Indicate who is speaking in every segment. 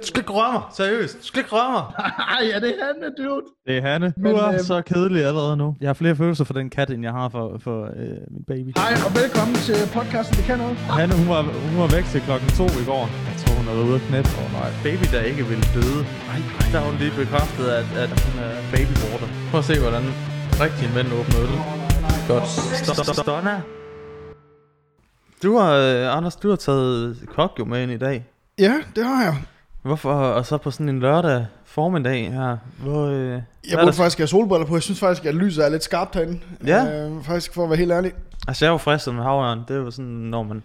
Speaker 1: Du skal ikke røre mig, seriøst. Du skal ikke røre mig.
Speaker 2: Ej, er det Hanne, dude?
Speaker 1: Det er Hanne. Du
Speaker 2: Men,
Speaker 1: er
Speaker 2: øh,
Speaker 1: så kedelig allerede nu. Jeg har flere følelser for den kat, end jeg har for, for øh, min baby.
Speaker 2: Hej, og velkommen til podcasten, det kan noget.
Speaker 1: Hanne, hun var, hun var væk til klokken to i går. Jeg tror, hun har været ude at knæppe. Oh, nej. Baby, der ikke vil døde. Nej, Der har hun lige bekræftet, at, at hun er babywater. Prøv at se, hvordan rigtig en mænd åbner øl. Godt. Stonna. Du har, øh, Anders, du har taget kok jo med ind i dag.
Speaker 3: Ja, det har jeg.
Speaker 1: Hvorfor? Og så på sådan en lørdag formiddag her, hvor... Øh,
Speaker 3: Jeg burde faktisk have solbriller på. Jeg synes faktisk, at lyset er lidt skarpt herinde.
Speaker 1: Ja.
Speaker 3: Øh, faktisk for at være helt ærlig.
Speaker 1: Altså, jeg var fristet med havørn. Det er jo sådan, når man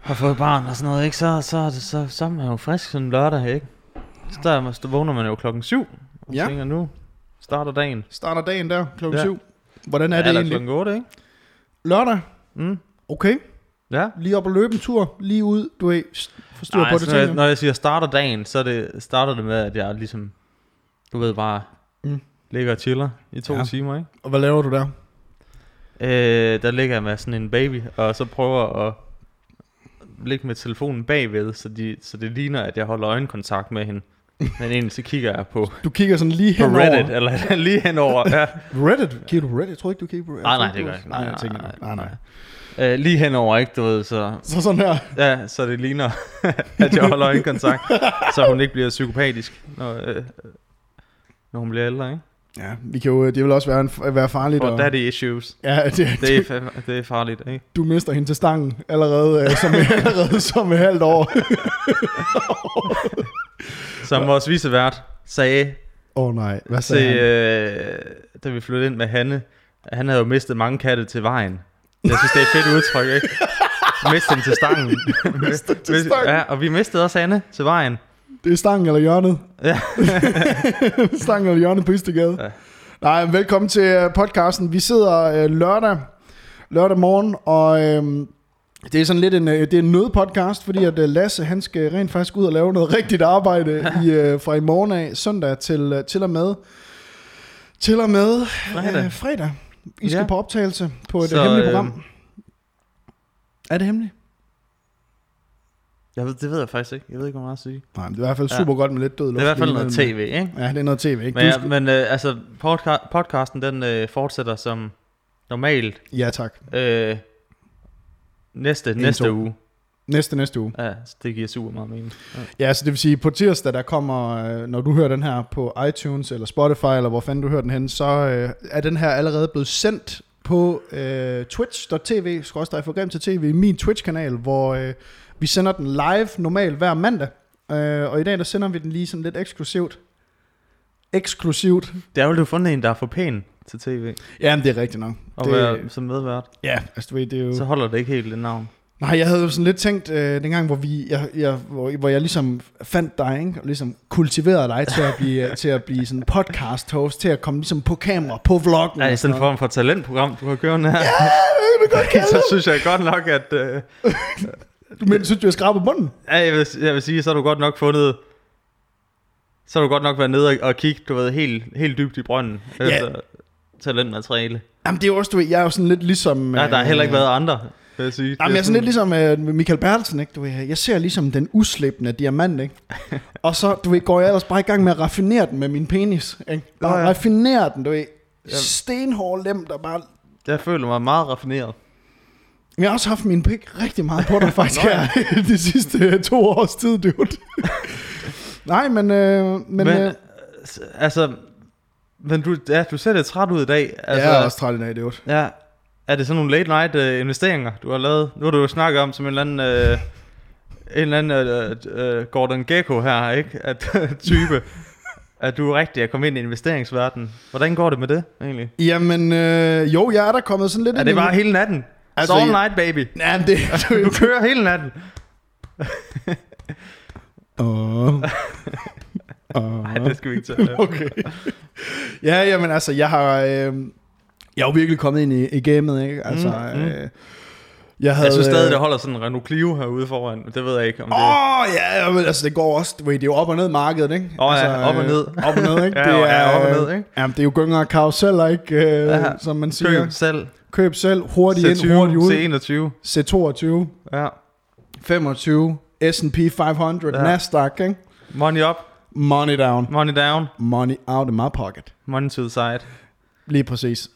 Speaker 1: har fået barn og sådan noget, ikke? Så, så, så, så, så er man jo frisk sådan en lørdag, ikke? Så der man, så vågner man jo klokken syv, og ja.
Speaker 3: Ja.
Speaker 1: tænker, nu starter dagen.
Speaker 3: Starter dagen der klokken
Speaker 1: Ja.
Speaker 3: 7. Hvordan er det
Speaker 1: Eller
Speaker 3: egentlig?
Speaker 1: klokken otte, ikke?
Speaker 3: Lørdag.
Speaker 1: Mm.
Speaker 3: Okay.
Speaker 1: Ja.
Speaker 3: Lige op og løbe en tur. Lige ud. Du er forstyr
Speaker 1: Nej,
Speaker 3: på det
Speaker 1: altså, når, jeg,
Speaker 3: ting.
Speaker 1: når jeg siger starter dagen, så er det, starter det med, at jeg ligesom, du ved bare, mm.
Speaker 3: Mm.
Speaker 1: ligger og chiller i to ja.
Speaker 3: Ja.
Speaker 1: timer, ikke?
Speaker 3: Og hvad laver du der?
Speaker 1: Øh, der ligger jeg med sådan en baby, og så prøver at ligge med telefonen bagved, så, de, så det ligner, at jeg holder øjenkontakt med hende. Men egentlig så kigger jeg på,
Speaker 3: Du kigger sådan lige
Speaker 1: på
Speaker 3: henover.
Speaker 1: Reddit, eller lige henover. Ja.
Speaker 3: Reddit? Kigger du på Reddit? Jeg tror ikke, du kigger på Reddit.
Speaker 1: Nej, nej,
Speaker 3: tror
Speaker 1: det gør jeg
Speaker 3: du-
Speaker 1: ikke.
Speaker 3: Nej, jeg tænker, nej, nej.
Speaker 1: Øh, lige henover, ikke, du ved, så...
Speaker 3: Så sådan her.
Speaker 1: Ja, så det ligner, at jeg holder øjenkontakt, så hun ikke bliver psykopatisk, når, øh, når hun bliver ældre, ikke?
Speaker 3: Ja, vi kan jo, det vil også være, en, være farligt.
Speaker 1: For daddy issues.
Speaker 3: Ja, det,
Speaker 1: Det er,
Speaker 3: det,
Speaker 1: fa- det er farligt, ikke?
Speaker 3: du mister hende til stangen allerede, øh, som, allerede som et halvt år.
Speaker 1: Som vores visevært sagde
Speaker 3: Åh oh, nej, hvad
Speaker 1: til,
Speaker 3: sagde han?
Speaker 1: øh, da vi flyttede ind med Hanne, at han havde jo mistet mange katte til vejen. Jeg synes, det er et fedt udtryk, ikke? Miste dem til stangen. Miste
Speaker 3: til stangen.
Speaker 1: Ja, og vi mistede også Hanne til vejen.
Speaker 3: Det er stangen eller hjørnet.
Speaker 1: Ja.
Speaker 3: stangen eller hjørnet på Istegade.
Speaker 1: Ja.
Speaker 3: Ja. Nej, men velkommen til øh, podcasten. Vi sidder øh, lørdag, lørdag morgen, og øh, det er sådan lidt en, øh, det er en nødpodcast, fordi at øh, Lasse, han skal rent faktisk ud og lave noget rigtigt arbejde i, øh, fra i morgen af, søndag til, øh, til og med, til og med
Speaker 1: Fredag.
Speaker 3: Øh, fredag. I skal
Speaker 1: Ja.
Speaker 3: ja. på optagelse på et
Speaker 1: Så,
Speaker 3: Så, hemmeligt
Speaker 1: øh,
Speaker 3: program. Øh, er det hemmeligt?
Speaker 1: Jeg ved, det ved jeg faktisk ikke. Jeg ved ikke, hvor meget at sige.
Speaker 3: Nej, men det er i hvert fald
Speaker 1: Ja.
Speaker 3: super godt med lidt død luft.
Speaker 1: Det er i hvert fald
Speaker 3: lige
Speaker 1: noget tv,
Speaker 3: imellem.
Speaker 1: ikke?
Speaker 3: Ja, det er noget tv, ikke?
Speaker 1: Men,
Speaker 3: Du
Speaker 1: jeg, men øh, altså, podca- podcasten, den øh, fortsætter som normalt
Speaker 3: skal- Ja, tak.
Speaker 1: øh, næste, næste
Speaker 3: to.
Speaker 1: uge.
Speaker 3: Næste, næste uge.
Speaker 1: Ja, så det giver super meget mening. Ja.
Speaker 3: Ja, så det vil sige, på tirsdag, der kommer, øh, når du hører den her på iTunes eller Spotify, eller hvor fanden du hører den hen, så øh, er den her allerede blevet sendt på øh, twitch.tv, skrådstræk program til tv, min Twitch-kanal, hvor øh, vi sender den live normalt hver mandag. Øh, og i dag, der sender vi den lige sådan lidt eksklusivt. Eksklusivt.
Speaker 1: Der vil du fundet en, der er for pæn til tv.
Speaker 3: Jamen, det er rigtigt nok.
Speaker 1: Og det...
Speaker 3: Det-
Speaker 1: være som medvært.
Speaker 3: Ja, altså du ved, det er jo...
Speaker 1: Så holder det ikke helt det navn.
Speaker 3: Nej, jeg havde jo sådan lidt tænkt, øh, dengang, hvor, vi, jeg, jeg, hvor, hvor jeg ligesom fandt dig, ikke? og ligesom kultiverede dig til at blive, øh, til at blive sådan podcast-host, til at komme ligesom på kamera, på vloggen.
Speaker 1: Nej, sådan
Speaker 3: og sådan
Speaker 1: en
Speaker 3: noget.
Speaker 1: form for talentprogram, du har kørt her.
Speaker 3: Det kan du godt kalde
Speaker 1: så synes jeg godt nok, at... Øh,
Speaker 3: det. Men synes du, jeg skraber bunden?
Speaker 1: ja, jeg, vil, jeg vil sige, så har du godt nok fundet... Så har du godt nok været nede og, og kigge, du ved, helt, helt dybt i brønden.
Speaker 3: Ja.
Speaker 1: Efter talentmateriale.
Speaker 3: Jamen det er jo også, du ved, jeg er jo sådan lidt ligesom...
Speaker 1: Nej, der har
Speaker 3: øh,
Speaker 1: heller ikke været andre, vil jeg sige.
Speaker 3: Jamen, jeg er sådan lidt ligesom øh, Michael Bertelsen, ikke? Du ved, jeg ser ligesom den uslæbende diamant, ikke? og så, du ved, går jeg ellers bare i gang med at raffinere den med min penis, ikke? Bare
Speaker 1: Ja,
Speaker 3: ja,
Speaker 1: ja.
Speaker 3: ja. raffinere den, du ved.
Speaker 1: Ja.
Speaker 3: Stenhård lem, der bare
Speaker 1: Jeg føler mig meget raffineret.
Speaker 3: Jeg har også haft min pik rigtig meget på dig faktisk her de sidste øh, to års tid, dude. Nej, men... Øh, men,
Speaker 1: Men,
Speaker 3: men øh,
Speaker 1: altså... Men du, ja, du ser lidt træt ud i dag. Altså,
Speaker 3: altså, jeg er også træt i dag, dude.
Speaker 1: Ja. Er det sådan nogle late night øh, investeringer, du har lavet? Nu har du jo snakket om som en eller anden, øh, en eller anden øh, øh, Gordon Gekko her, ikke? At, type. At du er rigtig er kommet ind i investeringsverdenen. Hvordan går det med det egentlig?
Speaker 3: Jamen, øh, jo, jeg er der kommet sådan lidt...
Speaker 1: Er det
Speaker 3: ind i-
Speaker 1: bare hele natten? Altså,
Speaker 3: Altså,
Speaker 1: It's all
Speaker 3: jeg-
Speaker 1: night, baby.
Speaker 3: Ja, men det...
Speaker 1: Du kører hele natten.
Speaker 3: Åh. Åh.
Speaker 1: Nej, det skal vi ikke tage.
Speaker 3: Okay. Ja, jamen altså, jeg har... Øh, jeg er jo virkelig kommet ind i, i gamet, ikke? Altså,
Speaker 1: Mm,
Speaker 3: mm,
Speaker 1: mm.
Speaker 3: Øh, jeg havde...
Speaker 1: Jeg synes
Speaker 3: øh,
Speaker 1: stadig, der holder sådan en Renault Clio herude foran. Det ved jeg ikke, om det er...
Speaker 3: Åh, oh, ja, ja, men altså det går også, du ved, det er jo op og ned markedet, ikke?
Speaker 1: Åh, ja,
Speaker 3: altså,
Speaker 1: op og
Speaker 3: øh,
Speaker 1: ned.
Speaker 3: Op og ned, ikke?
Speaker 1: Ja, jo, ja, op og ned, ikke?
Speaker 3: Jamen, det er jo gynger og karuseller, ikke? Øh,
Speaker 1: Ja.
Speaker 3: ja. Som man siger.
Speaker 1: Køb
Speaker 3: Køb,
Speaker 1: selv.
Speaker 3: Køb selv, hurtigt ind, hurtigt ud.
Speaker 1: C20, C21.
Speaker 3: C22,
Speaker 1: Ja.
Speaker 3: 25, S&P 500,
Speaker 1: Ja.
Speaker 3: ja. Nasdaq, ikke?
Speaker 1: Money up,
Speaker 3: Money down,
Speaker 1: money down,
Speaker 3: money out of my pocket.
Speaker 1: money to the side.
Speaker 3: Lige præcis.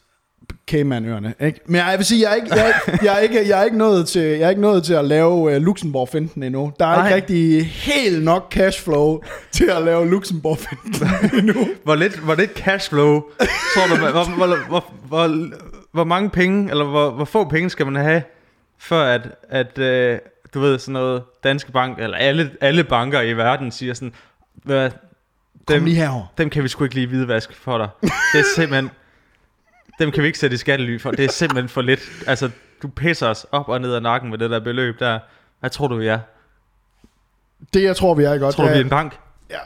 Speaker 3: Caymanøerne, ikke? Men jeg vil sige, jeg er ikke, jeg er ikke, jeg er ikke, jeg er ikke, nået, til, jeg er ikke nået til at lave uh, Luxembourg-finten endnu. Der er
Speaker 1: Nej.
Speaker 3: Nej. ikke rigtig helt nok cashflow til at lave Luxembourg-finten endnu.
Speaker 1: Hvor lidt, hvor lidt cashflow, tror du, hvor, hvor, hvor, hvor, hvor mange penge, eller hvor, hvor få penge skal man have, før at, at øh, du ved, sådan noget danske bank, eller alle, alle banker i verden siger sådan, hvad,
Speaker 3: Kom
Speaker 1: dem,
Speaker 3: lige herover.
Speaker 1: dem kan vi sgu ikke lige hvidvask for dig. Det er simpelthen, dem kan vi ikke sætte i skattely for, det er simpelthen for lidt. Altså, du pisser os op og ned af nakken med det der beløb der. Hvad tror du, vi er?
Speaker 3: Det, jeg tror, vi er godt.
Speaker 1: Tror du, vi er en bank?
Speaker 3: Ja,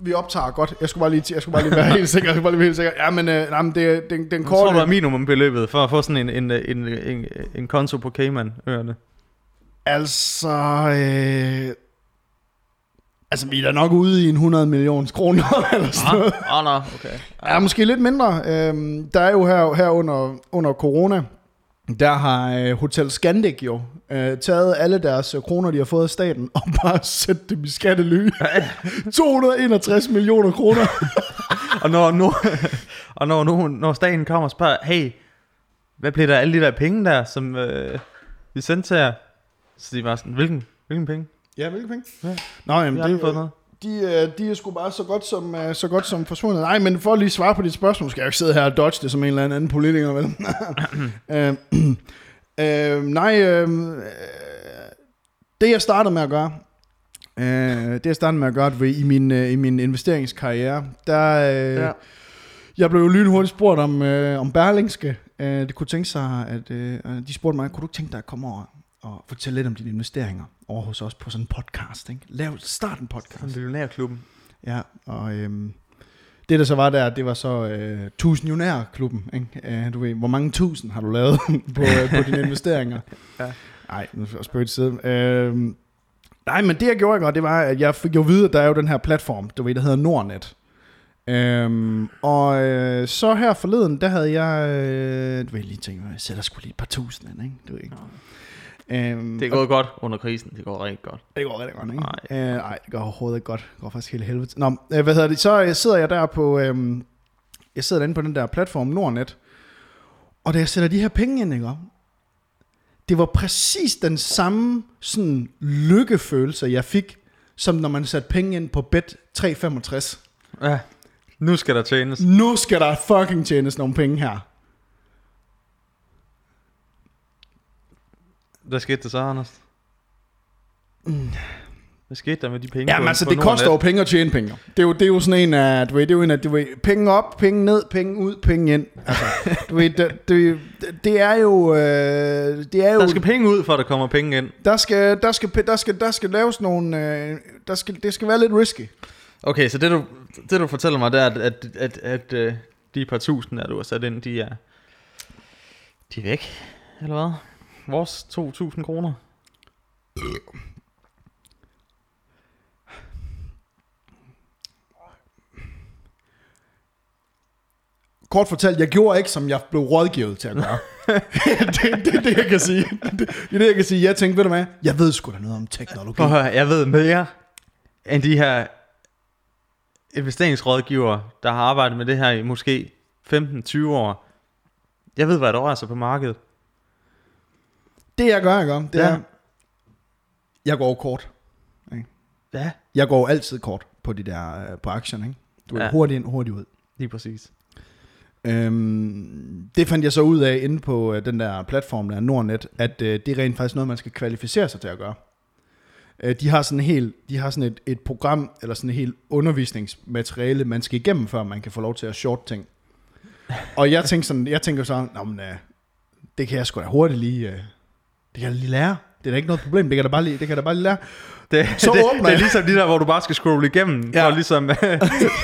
Speaker 3: vi optager godt. Jeg skulle bare lige, t- jeg skulle bare lige være helt sikker. Jeg skulle bare lige være helt sikker. Ja, men øh, nej, men det, den, den
Speaker 1: Hvad tror
Speaker 3: korte...
Speaker 1: du er minimumbeløbet for at få sådan en, en, en, en, en, en konto på Cayman-øerne?
Speaker 3: Altså... Øh, altså, vi er da nok ude i en 100 millioner kroner eller sådan noget.
Speaker 1: Åh, oh, no, okay.
Speaker 3: Ja, måske lidt mindre. Øhm, der er jo her, her under, under corona, der har øh, Hotel Scandic jo øh, taget alle deres øh, kroner, de har fået af staten, og bare sendt dem i skattely. 261 millioner kroner.
Speaker 1: Og når, nu, og når, nu, når staten kommer og spørger, hey, hvad blev der af alle de der penge der, som øh, vi sendte til jer? Så siger de bare sådan, hvilken, hvilken penge?
Speaker 3: Ja, hvilke penge?
Speaker 1: Ja.
Speaker 3: Nå, jamen,
Speaker 1: Vi har
Speaker 3: det er
Speaker 1: aldrig
Speaker 3: jo-
Speaker 1: fået noget.
Speaker 3: De, øh, de er sgu bare så godt som, øh, så godt som forsvundet. Nej, men for at lige svare på dit spørgsmål, skal jeg jo ikke sidde her og dodge det som en eller anden anden politiker, vel? øh, øh, nej, øh, øh, det jeg startede med at gøre, øh, det jeg startede med at gøre ved, i, min, øh, i min investeringskarriere, der, øh,
Speaker 1: Ja.
Speaker 3: ja. jeg blev jo lynhurtigt spurgt om, øh, om Berlingske. Øh, det kunne tænke sig, at øh, de spurgte mig, kunne du ikke tænke dig at komme over og fortælle lidt om dine investeringer over hos os på sådan en podcast, ikke? Lav, start en podcast.
Speaker 1: Sådan millionærklubben.
Speaker 3: Ja, og øhm, det der så var der, det var så øh, tusindionærklubben, ikke? Øh, du ved, hvor mange tusind har du lavet på, øh, på dine investeringer?
Speaker 1: Ja.
Speaker 3: Nej, nu skal jeg spørge til side. Øhm, nej, men det jeg gjorde godt, det var, at jeg fik jo at vide, at der er jo den her platform, du ved, der hedder Nordnet. Øhm, og øh, så her forleden, der havde jeg, øh, du ved, lige tænkt, jeg sætter sgu lige et par tusind ind, ikke? Du ved ikke. Øhm,
Speaker 1: Det er gået godt under krisen, det går rigtig godt.
Speaker 3: det går rigtig godt, ikke? Nej, øh, ej, det går overhovedet ikke godt. Det går faktisk helt helvede. til. Nå, øh, hvad hedder det? Så øh, sidder jeg der på... Øh, jeg sidder derinde på den der platform Nordnet. Og da jeg sætter de her penge ind, ikke? Det var præcis den samme sådan, lykkefølelse, jeg fik, som når man satte penge ind på bet 365.
Speaker 1: Ja, nu skal der tjenes.
Speaker 3: Nu skal der fucking tjenes nogle penge her.
Speaker 1: Hvad skete der så, Anders?
Speaker 3: Mm.
Speaker 1: Hvad skete der med de penge?
Speaker 3: Jamen
Speaker 1: på-
Speaker 3: altså,
Speaker 1: på
Speaker 3: det
Speaker 1: Nordnet?
Speaker 3: koster jo penge at tjene penge. Det er jo, det er jo sådan en af, du ved, det er jo en af, du ved, penge op, penge ned, penge ud, penge ind. Altså, du ved, det, det, det er jo, øh, det er jo,
Speaker 1: Der skal penge ud, for at der kommer penge ind.
Speaker 3: der skal, der skal, der skal, der skal laves nogle, øh, der skal, det skal være lidt risky.
Speaker 1: Okay, så det du, det du fortæller mig, det er, at, at, at, at øh, de par tusind, der du har sat ind, de er, de er væk, eller hvad? Vores 2.000 kroner.
Speaker 3: Kort fortalt, jeg gjorde ikke, som jeg blev rådgivet til at gøre. det er det, er det, jeg kan sige. Det er det, jeg kan sige. Jeg tænkte, ved du hvad, jeg ved sgu da noget om teknologi.
Speaker 1: Prøv at høre, jeg ved mere end de her investeringsrådgivere, der har arbejdet med det her i måske 15-20 år. Jeg ved, hvad der rører sig på markedet.
Speaker 3: Det, jeg gør, jeg gør, det
Speaker 1: Ja.
Speaker 3: ja. er, jeg går kort.
Speaker 1: Ja,
Speaker 3: Jeg går altid kort på de der øh, på aktierne, ikke? Du er
Speaker 1: Ja.
Speaker 3: ja. hurtigt ind, hurtigt ud.
Speaker 1: lige præcis.
Speaker 3: Øhm, det fandt jeg så ud af inde på øh, den der platform der, Nordnet, at øh, det er rent faktisk noget, man skal kvalificere sig til at gøre. Øh, de har sådan, helt, de har sådan et, et program, eller sådan et helt undervisningsmateriale, man skal igennem, før man kan få lov til at short ting. Og jeg tænker sådan, jeg tænker sådan, Nå, men, øh, det kan jeg sgu da hurtigt lige, øh, det kan jeg lige lære. Det er da ikke noget problem, det kan jeg da bare lige, det kan jeg da bare lige lære.
Speaker 1: Det,
Speaker 3: Så
Speaker 1: det,
Speaker 3: åbner
Speaker 1: det er
Speaker 3: jeg.
Speaker 1: ligesom de der, hvor du bare skal scrolle igennem. Ja.
Speaker 3: Ja.
Speaker 1: Og ligesom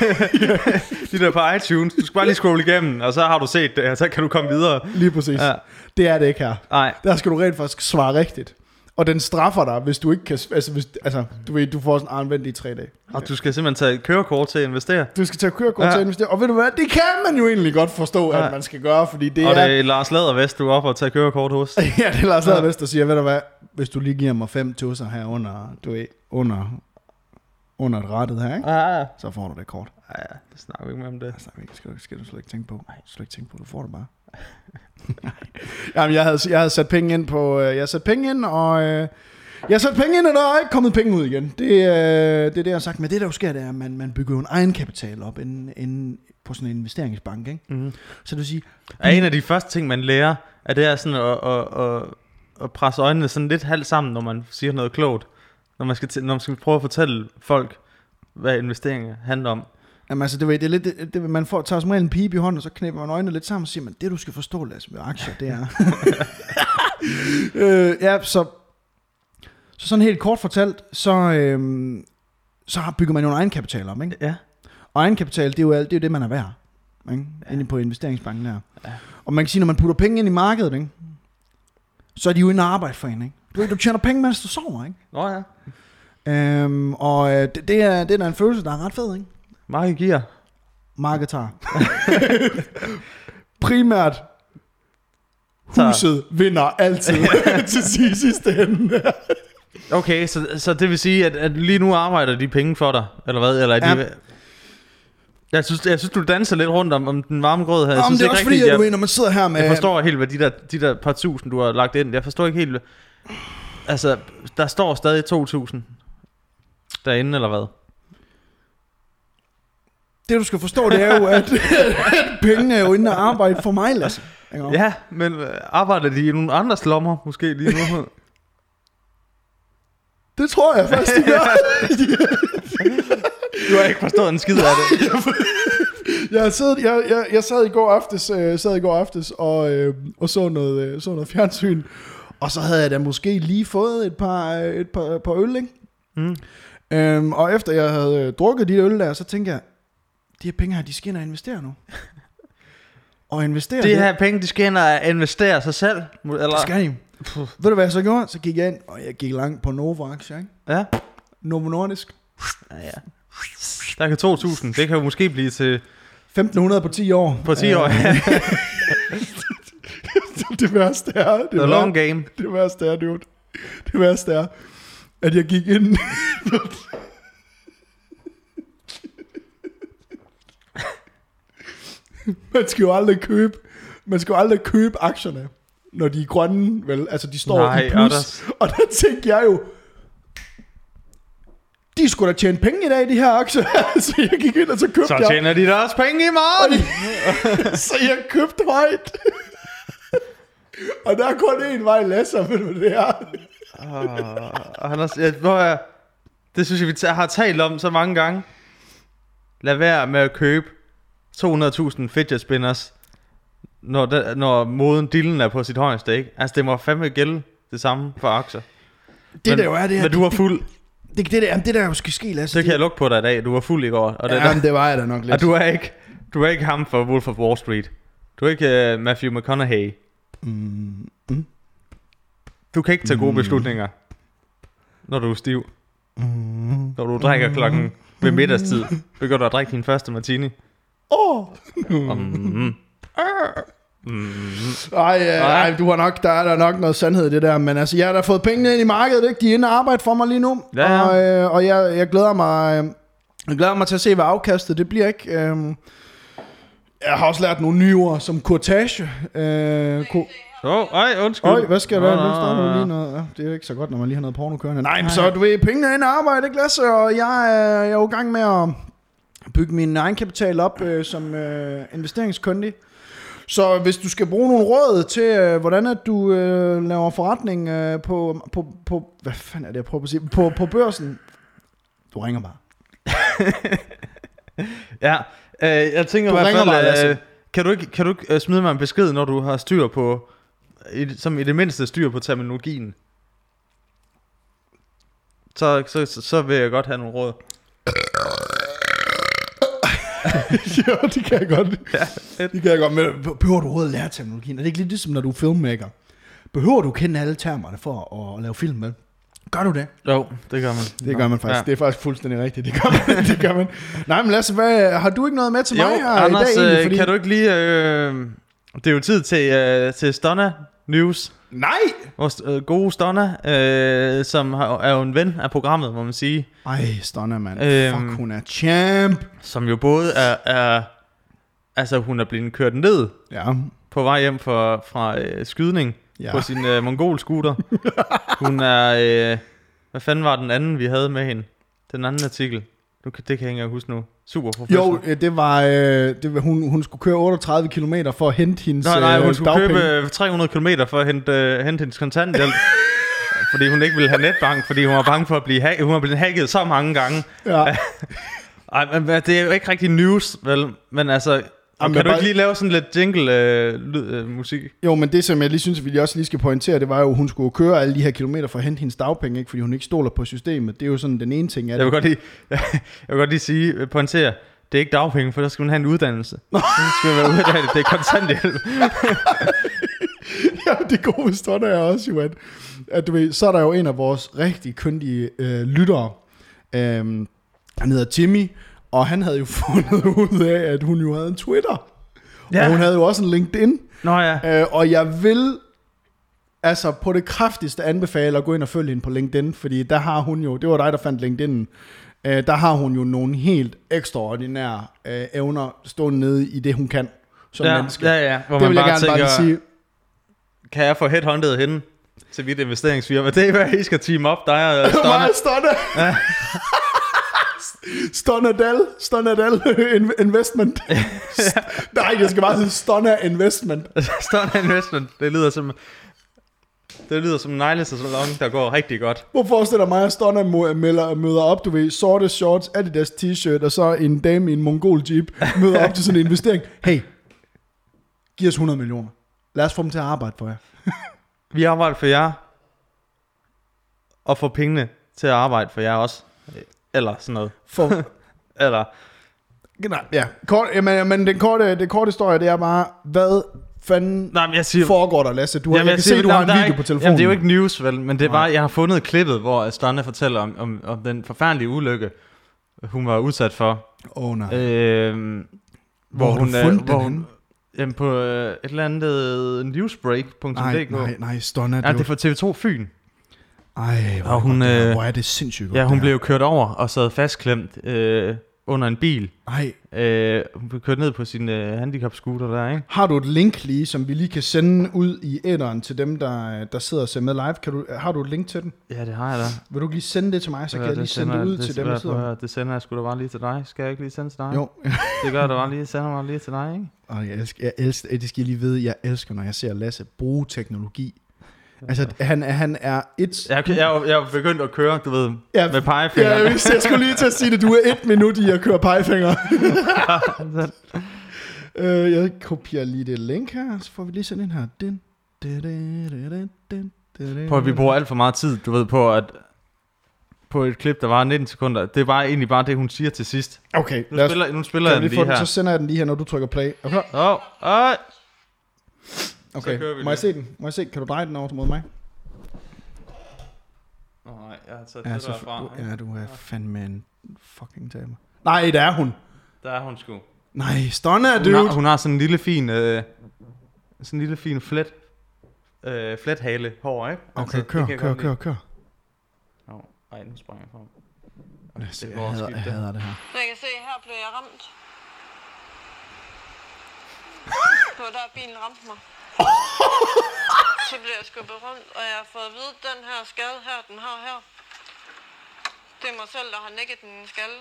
Speaker 1: de der på iTunes. Du skal bare lige scrolle igennem, og så har du set det, og så kan du komme videre.
Speaker 3: Lige præcis.
Speaker 1: Ja.
Speaker 3: Ja. Det er det ikke her.
Speaker 1: Nej,
Speaker 3: Der skal du rent faktisk svare rigtigt. Og den straffer dig, hvis du ikke kan... Altså, hvis, altså du, ved, du får sådan armvendt i tre dage.
Speaker 1: Og du skal simpelthen tage et kørekort til at investere.
Speaker 3: Du skal tage kørekort
Speaker 1: Ja.
Speaker 3: ja. til at investere. Og ved du hvad, det kan man jo egentlig godt forstå, ja.
Speaker 1: Ja.
Speaker 3: at man skal gøre, fordi det
Speaker 1: Og
Speaker 3: er...
Speaker 1: det er Lars Ladervest, du er oppe og tage kørekort hos.
Speaker 3: ja, det er Lars
Speaker 1: Ja.
Speaker 3: Ladervest, der siger, ved du hvad, hvis du lige giver mig fem tusser her under, du ved, under, under et rettet her, ikke?
Speaker 1: Ja, ja.
Speaker 3: så får du det kort.
Speaker 1: Ej, ja, det snakker vi ikke mere om det.
Speaker 3: Altså, det skal, du, skal du slet ikke tænke på. Nej. Skal du ikke tænke på, du får det bare. Jamen, jeg havde, jeg havde sat penge ind på, øh, jeg havde sat penge ind, og øh, jeg har sat penge ind, og der er ikke kommet penge ud igen. Det, øh, det er det, jeg har sagt. Men det, der jo sker, det er, at man, man bygger jo en egenkapital op inden, inden på sådan en investeringsbank. Ikke?
Speaker 1: Mhm.
Speaker 3: Så det vil sige,
Speaker 1: Er en af de første ting, man lærer, at det er sådan at, at, at, at presse øjnene sådan lidt halvt sammen, når man siger noget klogt. Når man skal, til, når man skal prøve at fortælle folk, hvad investeringer handler om.
Speaker 3: Jamen, altså, det, ved, det er lidt, det, det, man får, tager som regel en pibe i hånden, og så knæpper man øjnene lidt sammen og siger, men det du skal forstå, Lasse, med aktier, det er... øh, ja, så, så sådan helt kort fortalt, så, øhm, så har- bygger man jo en egenkapital om, ikke?
Speaker 1: Ja.
Speaker 3: Og egenkapital, det er jo, alt, det, er jo det man er værd, ikke?
Speaker 1: Ja.
Speaker 3: Ja. Inde på investeringsbanken der.
Speaker 1: Ja.
Speaker 3: Ja. Og man kan sige, når man putter penge ind i markedet, ikke? så er de jo en arbejde for en, ikke? Du, du tjener penge, mens du sover, ikke?
Speaker 1: Nå ja.
Speaker 3: Øhm, og øh, det, det, er, det er da en følelse, der er ret fed, ikke?
Speaker 1: Marke Gear.
Speaker 3: marketar. Primært huset vinder altid til sidst sidste ende.
Speaker 1: Okay, så, så det vil sige, at, at lige nu arbejder de penge for dig, eller hvad? Eller er de,
Speaker 3: Ja.
Speaker 1: Jeg synes, jeg synes, du danser lidt rundt om, om den varme grød her. Jeg
Speaker 3: Nå, men
Speaker 1: synes
Speaker 3: det er også fordi,
Speaker 1: rigtigt,
Speaker 3: at du
Speaker 1: jeg,
Speaker 3: ved, når man sidder her med...
Speaker 1: jeg forstår helt, hvad de der, de der par tusind, du har lagt ind. Jeg forstår ikke helt... Altså, der står stadig 2.000 derinde, eller hvad?
Speaker 3: Det du skal forstå, det er jo, at, at pengene er jo inde og arbejde for mig, Lasse. Ikke?
Speaker 1: Ja, men øh, arbejder de i nogle andres lommer, måske lige nu?
Speaker 3: Det tror jeg faktisk, de gør.
Speaker 1: du har ikke forstået en skid af det.
Speaker 3: jeg, sad, jeg, jeg, jeg sad i går aftes, øh, sad i går aftes og, øh, og så, noget, øh, så noget fjernsyn. Og så havde jeg da måske lige fået et par, øh, et par, par øl, ikke?
Speaker 1: Mm.
Speaker 3: Øhm, og efter jeg havde øh, drukket de øl der, så tænkte jeg, de her penge her, de skal ind og investere nu. og investere
Speaker 1: De her penge, de skal ind og investere sig selv. Eller?
Speaker 3: det skal de.
Speaker 1: Puh.
Speaker 3: Ved du hvad jeg så gjorde? Så gik jeg ind, og jeg gik langt på Novo-aktier, ikke?
Speaker 1: Ja.
Speaker 3: Novo Nordisk.
Speaker 1: Ja, ja. Der kan 2.000. Det kan jo måske blive til
Speaker 3: 1500 på 10 år.
Speaker 1: på 10 år.
Speaker 3: Øh, det værste er... Det
Speaker 1: The
Speaker 3: værste-
Speaker 1: long game.
Speaker 3: Det værste er, dude. Det værste er, at jeg gik ind... man skal jo aldrig købe... Man skal jo aldrig købe aktierne, når de er grønne, vel? Altså, de står
Speaker 1: Nej,
Speaker 3: Nej, i plus.
Speaker 1: Anders.
Speaker 3: Og der tænkte jeg jo... De skulle da tjene penge i dag, de her aktier. så jeg gik ind, og så købte
Speaker 1: Så
Speaker 3: jeg...
Speaker 1: tjener de deres penge i morgen.
Speaker 3: Så jeg købte højt. og der er kun én vej, Lasse, ved du, hvad det er?
Speaker 1: Og Anders, ja, hvor er, det synes jeg, vi ta- har talt om så mange gange. Lad være med at købe 200.000 fidget spinners, når, den, når moden dillen er på sit højeste, ikke? Altså, det må fandme gælde det samme for aktier.
Speaker 3: Det
Speaker 1: Men-
Speaker 3: der jo er, det er,
Speaker 1: Men du var fuld.
Speaker 3: det, det, der, jamen, det der jo skal ske, Lasse.
Speaker 1: Det kan jeg lukke på dig i dag. Du var fuld i går. Og det,
Speaker 3: det,
Speaker 1: ja,
Speaker 3: jamen, det var jeg da nok lidt.
Speaker 1: og du er ikke, du er ikke ham for Wolf of Wall Street. Du er ikke uh, Matthew McConaughey.
Speaker 3: Mm, mm,
Speaker 1: Du kan ikke tage gode beslutninger, når du er stiv.
Speaker 3: Mm.
Speaker 1: Når du drikker klokken ved middagstid, begynder du at drikke din første martini.
Speaker 3: Åh!
Speaker 1: Mm. Mm.
Speaker 3: Ej, øh, ej, du har nok, der er der nok noget sandhed i det der, men altså, jeg har da fået pengene ind i markedet, ikke? De er inde og arbejde for mig lige nu,
Speaker 1: Ja, ja.
Speaker 3: og, øh, og jeg, jeg glæder mig... Øh, jeg glæder mig til at se, hvad afkastet det bliver, ikke? Øhm, jeg har også lært nogle nye ord, som courtage. Øh, ko-
Speaker 1: Åh, ej, undskyld.
Speaker 3: Øj, hvad skal der?
Speaker 1: Nå,
Speaker 3: Nu
Speaker 1: nå,
Speaker 3: starter du
Speaker 1: nå.
Speaker 3: lige noget. Ja, det er jo ikke så godt, når man lige har noget porno kørende. Nej, men så du ved, pengene er inde og arbejde, ikke Lasse? Og jeg, er- jeg er jo i gang med at bygge min egenkapital op øh, som øh, investeringskundig. Så hvis du skal bruge nogle råd til, øh, hvordan at du øh, laver forretning øh, på, på, på, hvad fanden er det, jeg prøver at sige, på, på børsen, du ringer bare.
Speaker 1: Ja, øh, jeg tænker
Speaker 3: Du
Speaker 1: i hvert
Speaker 3: ringer
Speaker 1: fald,
Speaker 3: bare,
Speaker 1: øh,
Speaker 3: Lasse.
Speaker 1: kan du ikke, kan du ikke øh, smide mig en besked, når du har styr på, i, som i det mindste styr på terminologien? Så, så, så, så vil jeg godt have nogle råd.
Speaker 3: jo, det kan jeg godt.
Speaker 1: Ja, fedt.
Speaker 3: Det kan jeg godt, men behøver du overhovedet at lære teknologien? Er det ikke lidt ligesom, når du er filmmaker? Behøver du kende alle termerne for at lave film med? Gør du det?
Speaker 1: Jo, det gør man.
Speaker 3: Det gør man faktisk. Ja.
Speaker 1: Ja.
Speaker 3: Det er faktisk fuldstændig rigtigt. Det gør man. det gør man. Nej, men Lasse, hvad, har du ikke noget med til mig her i
Speaker 1: Anders,
Speaker 3: dag?
Speaker 1: øh, kan du ikke lige... Øh, det er jo tid til, øh, til Stonna News.
Speaker 3: Nej!
Speaker 1: Vores øh, gode Stonna, øh, som har, er jo en ven af programmet, må man sige.
Speaker 3: Ej, Stonna, mand.
Speaker 1: Øhm.
Speaker 3: Fuck, hun er champ.
Speaker 1: Som jo både er... er altså, hun er blevet kørt ned
Speaker 3: Ja.
Speaker 1: på vej hjem fra, fra øh, skydning
Speaker 3: Ja.
Speaker 1: ja. på sin øh, mongolskuter. hun er... Øh, hvad fanden var den anden, vi havde med hende? Den anden artikel. Nu, kan- det kan jeg ikke engang huske nu. Super professionel.
Speaker 3: Jo, øh, det var, øh, det var hun, hun skulle køre 38 km for at hente hendes
Speaker 1: Nej, nej, hun
Speaker 3: øh,
Speaker 1: skulle
Speaker 3: dagpenge.
Speaker 1: købe øh, 300 km for at hente, øh, hente hendes kontanthjælp. fordi hun ikke ville have netbank, fordi hun var bange for at blive hacket. Hun var blevet hacket så mange gange.
Speaker 3: Ja.
Speaker 1: Ej, men hvad, det er jo ikke rigtig news, vel? Men altså, Jamen,
Speaker 3: jeg
Speaker 1: kan du
Speaker 3: bare-
Speaker 1: ikke lige lave sådan lidt jingle-musik? Øh, musik?
Speaker 3: Jo, men det som jeg lige synes, vi lige også lige skal pointere, det var jo, at hun skulle køre alle de her kilometer for at hente hendes dagpenge, ikke? fordi hun ikke stoler på systemet. Det er jo sådan den ene ting af
Speaker 1: jeg, vil
Speaker 3: det.
Speaker 1: godt lige, jeg vil godt lige sige, øh, pointere, det er ikke dagpenge, for der skal man have en uddannelse. Så skal man være uddannet, det er kontanthjælp.
Speaker 3: ja, det gode stående er også jo, at, at du ved, så er der jo en af vores rigtig kyndige øh, lyttere, øhm, han hedder Jimmy, og han havde jo fundet ud af, at hun jo havde en Twitter. Ja. Og hun havde jo også en LinkedIn.
Speaker 1: Nå ja.
Speaker 3: Øh, og jeg vil altså på det kraftigste anbefale at gå ind og følge hende på LinkedIn, fordi der har hun jo, det var dig, der fandt LinkedIn, øh, der har hun jo nogle helt ekstraordinære øh, evner stående nede i det, hun kan som
Speaker 1: ja,
Speaker 3: menneske.
Speaker 1: ja, ja, hvor
Speaker 3: det
Speaker 1: man
Speaker 3: vil jeg
Speaker 1: bare
Speaker 3: gerne
Speaker 1: tænker,
Speaker 3: bare lige sige.
Speaker 1: kan jeg få headhunted hende til mit investeringsfirma? Det er, hvad I skal team op, dig og
Speaker 3: Stående.
Speaker 1: Stonna.
Speaker 3: Meget stående. Stonadel, Stonadel In- Investment. St- Nej, det skal bare hedde Stonna Investment.
Speaker 1: Stonna Investment, det lyder som... Det lyder som en neglesalon, der går rigtig godt.
Speaker 3: Hvor forestiller mig, at Stonna mo- melder- møder op, du ved, sorte shorts, Adidas t-shirt, og så en dame i en mongol jeep møder op til sådan en investering. Hey, giv os 100 millioner. Lad os få dem til at arbejde for jer.
Speaker 1: Vi arbejder for jer, og får pengene til at arbejde for jer også. Eller sådan noget.
Speaker 3: For,
Speaker 1: Eller,
Speaker 3: nej, ja. Kort, jamen, men den korte, den korte historie, det er bare, hvad fanden
Speaker 1: nej, men jeg siger...
Speaker 3: foregår der, Lasse? Du har,
Speaker 1: Jamen,
Speaker 3: jeg kan se,
Speaker 1: siger-
Speaker 3: du har
Speaker 1: jamen,
Speaker 3: en
Speaker 1: der er
Speaker 3: video
Speaker 1: ikke,
Speaker 3: på telefonen.
Speaker 1: Jamen, det er jo ikke news, vel, men det er bare, jeg har fundet klippet, hvor Stonna fortæller om, om, om den forfærdelige ulykke, hun var udsat for.
Speaker 3: Åh, oh, nej.
Speaker 1: Øh,
Speaker 3: Hvor har du
Speaker 1: øh,
Speaker 3: fundet den
Speaker 1: hvor
Speaker 3: henne?
Speaker 1: hun, jamen på øh, et eller andet øh, newsbreak.dk.
Speaker 3: nej, nej, nej, Stonna,
Speaker 1: Ja, det er
Speaker 3: det,
Speaker 1: fra TV2 Fyn.
Speaker 3: Ej, hvor,
Speaker 1: Og hun,
Speaker 3: er, det,
Speaker 1: øh,
Speaker 3: hvor er det sindssygt godt.
Speaker 1: Ja, hun
Speaker 3: det her.
Speaker 1: blev jo kørt over og sad fastklemt øh, under en bil.
Speaker 3: Ej,
Speaker 1: Øh, hun blev kørt ned på sin øh, handicap-scooter der, ikke?
Speaker 3: Har du et link lige, som vi lige kan sende ud i æderen til dem, der, der sidder og ser med live? Kan du, har du et link til den?
Speaker 1: Ja, det har jeg da.
Speaker 3: Vil du ikke lige sende det til mig, så
Speaker 1: Prøv
Speaker 3: kan
Speaker 1: at
Speaker 3: jeg
Speaker 1: høre,
Speaker 3: lige
Speaker 1: det sender jeg-
Speaker 3: sende det ud til dem,
Speaker 1: prøv
Speaker 3: der
Speaker 1: at
Speaker 3: sidder
Speaker 1: høre, Det sender jeg sgu da bare lige til dig. Skal jeg ikke lige sende til dig?
Speaker 3: Jo,
Speaker 1: Det gør jeg da bare lige. Sender mig lige til dig, ikke?
Speaker 3: og jeg elsker, jeg elsker, det skal I lige vide, jeg elsker, når jeg ser Lasse bruge teknologi. Altså, han, er- han er et...
Speaker 1: Jeg, jeg, jeg, jeg er begyndt at køre, du ved,
Speaker 3: Ja,
Speaker 1: med
Speaker 3: Ja,
Speaker 1: pegefingeren.
Speaker 3: jeg, vidste, jeg skulle lige til at sige det. Du er et minut i at køre pegefinger. Øh, jeg kopierer lige det link her, så får vi lige sendt ind her. Din, din, din, din, din, din.
Speaker 1: Prøv at vi bruger alt for meget tid, du ved, på at på et klip, der var 19 sekunder. Det var egentlig bare det, hun siger til sidst.
Speaker 3: Okay,
Speaker 1: Nu
Speaker 3: lad os,
Speaker 1: spiller, nu spiller jeg
Speaker 3: kan vi
Speaker 1: den
Speaker 3: lige få
Speaker 1: lige
Speaker 3: den,
Speaker 1: her.
Speaker 3: så sender jeg den lige her, når du trykker play. Er du klar?
Speaker 1: Åh, åh. Så kører
Speaker 3: Okay,
Speaker 1: vi
Speaker 3: må jeg
Speaker 1: det.
Speaker 3: se den? Må jeg se? Kan du dreje den over mod mig?
Speaker 1: Åh, nej, jeg har taget det
Speaker 3: så-
Speaker 1: derfra.
Speaker 3: du, ja, du er fandme en fucking taber. Nej, det er hun.
Speaker 1: Der er hun sgu.
Speaker 3: Nej, Stonna,
Speaker 1: Hun
Speaker 3: dude.
Speaker 1: har, hun har sådan en lille fin, øh, sådan en lille fin flet, øh, flet hale hår, ikke?
Speaker 3: Okay,
Speaker 1: Altså, det kan
Speaker 3: kør,
Speaker 1: jeg
Speaker 3: kør,
Speaker 1: godt
Speaker 3: kør,
Speaker 1: lide.
Speaker 3: kør.
Speaker 1: Nå, ej, nu sprang jeg fra.
Speaker 3: Lad os se,
Speaker 1: Det
Speaker 3: jeg
Speaker 1: går
Speaker 3: hader,
Speaker 1: skidt,
Speaker 3: jeg
Speaker 1: det.
Speaker 3: hader det her.
Speaker 4: Jeg kan se, her blev jeg ramt. Det var der, bilen ramte mig. Så blev jeg skubbet rundt, og jeg har fået at vide, at den her skade her, den har her. Det er mig selv, der har nækket den skalle.